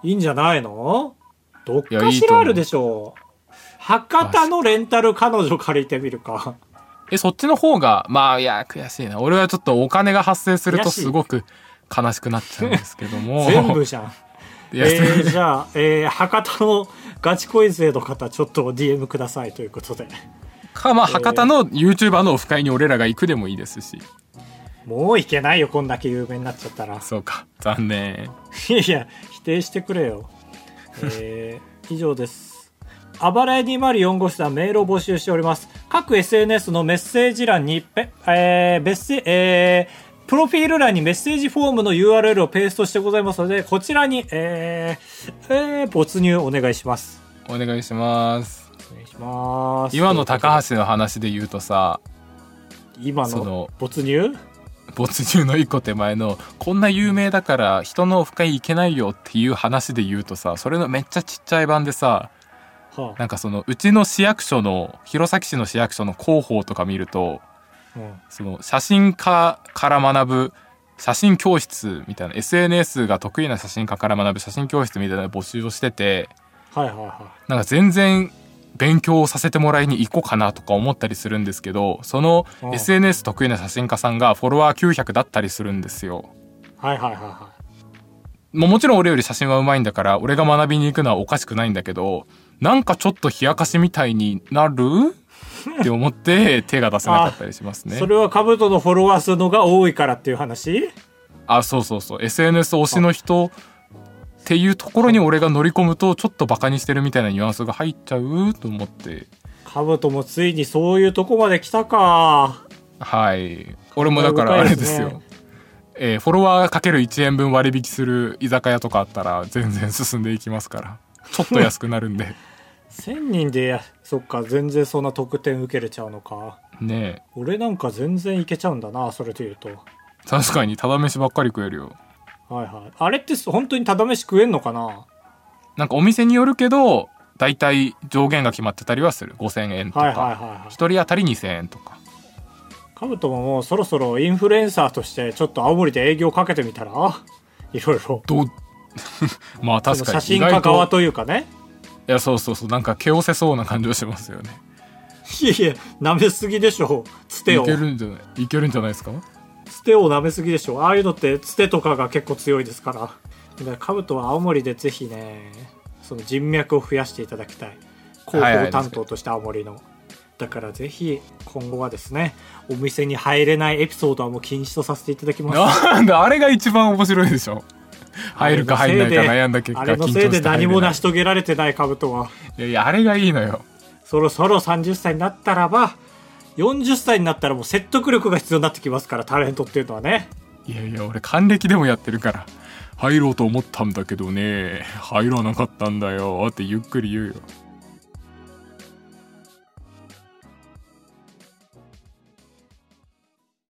[SPEAKER 2] いいんじゃないのどっ
[SPEAKER 1] いや
[SPEAKER 2] か
[SPEAKER 1] いい
[SPEAKER 2] し
[SPEAKER 1] と
[SPEAKER 2] ら
[SPEAKER 1] 思う
[SPEAKER 2] あるでしょう。博多のレンタル彼女借りてみるか。
[SPEAKER 1] えそっちの方がまあいや悔しいな俺はちょっとお金が発生する
[SPEAKER 2] 悔
[SPEAKER 1] と
[SPEAKER 2] しい
[SPEAKER 1] すごく悲しくなっちゃうんですけども
[SPEAKER 2] 全部じゃん。
[SPEAKER 1] い
[SPEAKER 2] え
[SPEAKER 1] や、
[SPEAKER 2] ー、じゃあ、えー、博多のガチ恋勢の方、ちょっと DM くださいということで。
[SPEAKER 1] かまあ博多の YouTuber のオフ会に俺らが行くでもいいですし
[SPEAKER 2] もういけないよ、こんだけ有名になっちゃったら。
[SPEAKER 1] そうか残念
[SPEAKER 2] いやいや、否定してくれよ。えー、以上です。あばらや204号室ではメールを募集しております。各 SNS のメッセージ欄に、ペえー、メッセえー、プロフィール欄にメッセージフォームの URL をペーストしてございますので、こちらに、えー、えー、没入お願いします。
[SPEAKER 1] お願いします
[SPEAKER 2] お願いします。
[SPEAKER 1] 今の高橋の話で言うとさ
[SPEAKER 2] 今
[SPEAKER 1] そ
[SPEAKER 2] の
[SPEAKER 1] の
[SPEAKER 2] 没入
[SPEAKER 1] 没入の一個手前のこんな有名だから人のオフ会行けないよっていう話で言うとさそれのめっちゃちっちゃい版でさ
[SPEAKER 2] はあ
[SPEAKER 1] なんかそのうちの市役所の弘前市の市役所の広報とか見ると
[SPEAKER 2] うん
[SPEAKER 1] その写真家から学ぶ写真教室みたいな SNS が得意な写真家から学ぶ写真教室みたいな募集をしてて
[SPEAKER 2] はいはいは
[SPEAKER 1] なんか全然勉強をさせてもらいに行こうかなとか思ったりするんですけどその
[SPEAKER 2] うん
[SPEAKER 1] SNS 得意な写真家さんがフォロワー900だったりするんですよ。
[SPEAKER 2] い。はいはいはいは
[SPEAKER 1] もうもちろん俺より写真は上手いんだから俺が学びに行くのはおかしくないんだけどなんかちょっと冷やかしみたいになるって思って手が出せなかったりします
[SPEAKER 2] い。
[SPEAKER 1] ね
[SPEAKER 2] そ。れはカブトのフォロワー数のが多いからっていう話
[SPEAKER 1] あそうそうそう SNS 推しの人っていうところに俺が乗り込むとちょっとバカにしてるみたいなニュアンスが入っちゃうと思って
[SPEAKER 2] カブトもついにそういうとこまで来たか。
[SPEAKER 1] はい俺もだからあれですよ、
[SPEAKER 2] 興味深い
[SPEAKER 1] えーフォロワーかける1円分割引する居酒屋とかあったら全然進んでいきます からちょっと安くなるんで
[SPEAKER 2] 1000人で、そっか、全然そんな得点受けれちゃうのか。
[SPEAKER 1] ねえ
[SPEAKER 2] 俺なんか全然いけちゃうんだな、それと言うと。
[SPEAKER 1] 確かにただ飯ばっかり食えるよ
[SPEAKER 2] はいはい。あれって本当にただ飯食えんのかな
[SPEAKER 1] なんかお店によるけどだいたい上限が決まってたりはする5000円と
[SPEAKER 2] はいはいはい
[SPEAKER 1] か
[SPEAKER 2] は
[SPEAKER 1] 1
[SPEAKER 2] い。
[SPEAKER 1] 人当たり2000円とか
[SPEAKER 2] カブトももうそろそろインフルエンサーとしてちょっと青森で営業かけてみたらいろいろ
[SPEAKER 1] どう まあ確かに
[SPEAKER 2] 写真
[SPEAKER 1] 意
[SPEAKER 2] 家
[SPEAKER 1] 外と
[SPEAKER 2] 側というかね
[SPEAKER 1] いやそうそうそうなんか毛をせそうな感じはしますよね
[SPEAKER 2] いやいや舐めすぎでしょつて
[SPEAKER 1] い
[SPEAKER 2] を
[SPEAKER 1] けるんじゃないいけるんじゃないですか
[SPEAKER 2] つてを舐めすぎでしょああいうのってつてとかが結構強いですからだからカブトは青森でぜひねその人脈を増やしていただきたい広
[SPEAKER 1] はいはい
[SPEAKER 2] 報担当として青森の、だからぜひ今後はですねお店に入れないエピソードはもう禁止とさせていただきます
[SPEAKER 1] なんだあれが一番面白いでしょ入るか入んないか悩んだ結果
[SPEAKER 2] あれのせい
[SPEAKER 1] 緊張
[SPEAKER 2] で
[SPEAKER 1] して入れ
[SPEAKER 2] 何
[SPEAKER 1] い
[SPEAKER 2] も成し遂げられてないカブトはい
[SPEAKER 1] やいやあれがいいのよ
[SPEAKER 2] そろそろ30歳になったらば40歳になったらもう説得力が必要になってきますからタレントっていうのはね
[SPEAKER 1] いやいや俺還暦でもやってるから入ろうと思ったんだけどね入らなかったんだよってゆっくり言うよ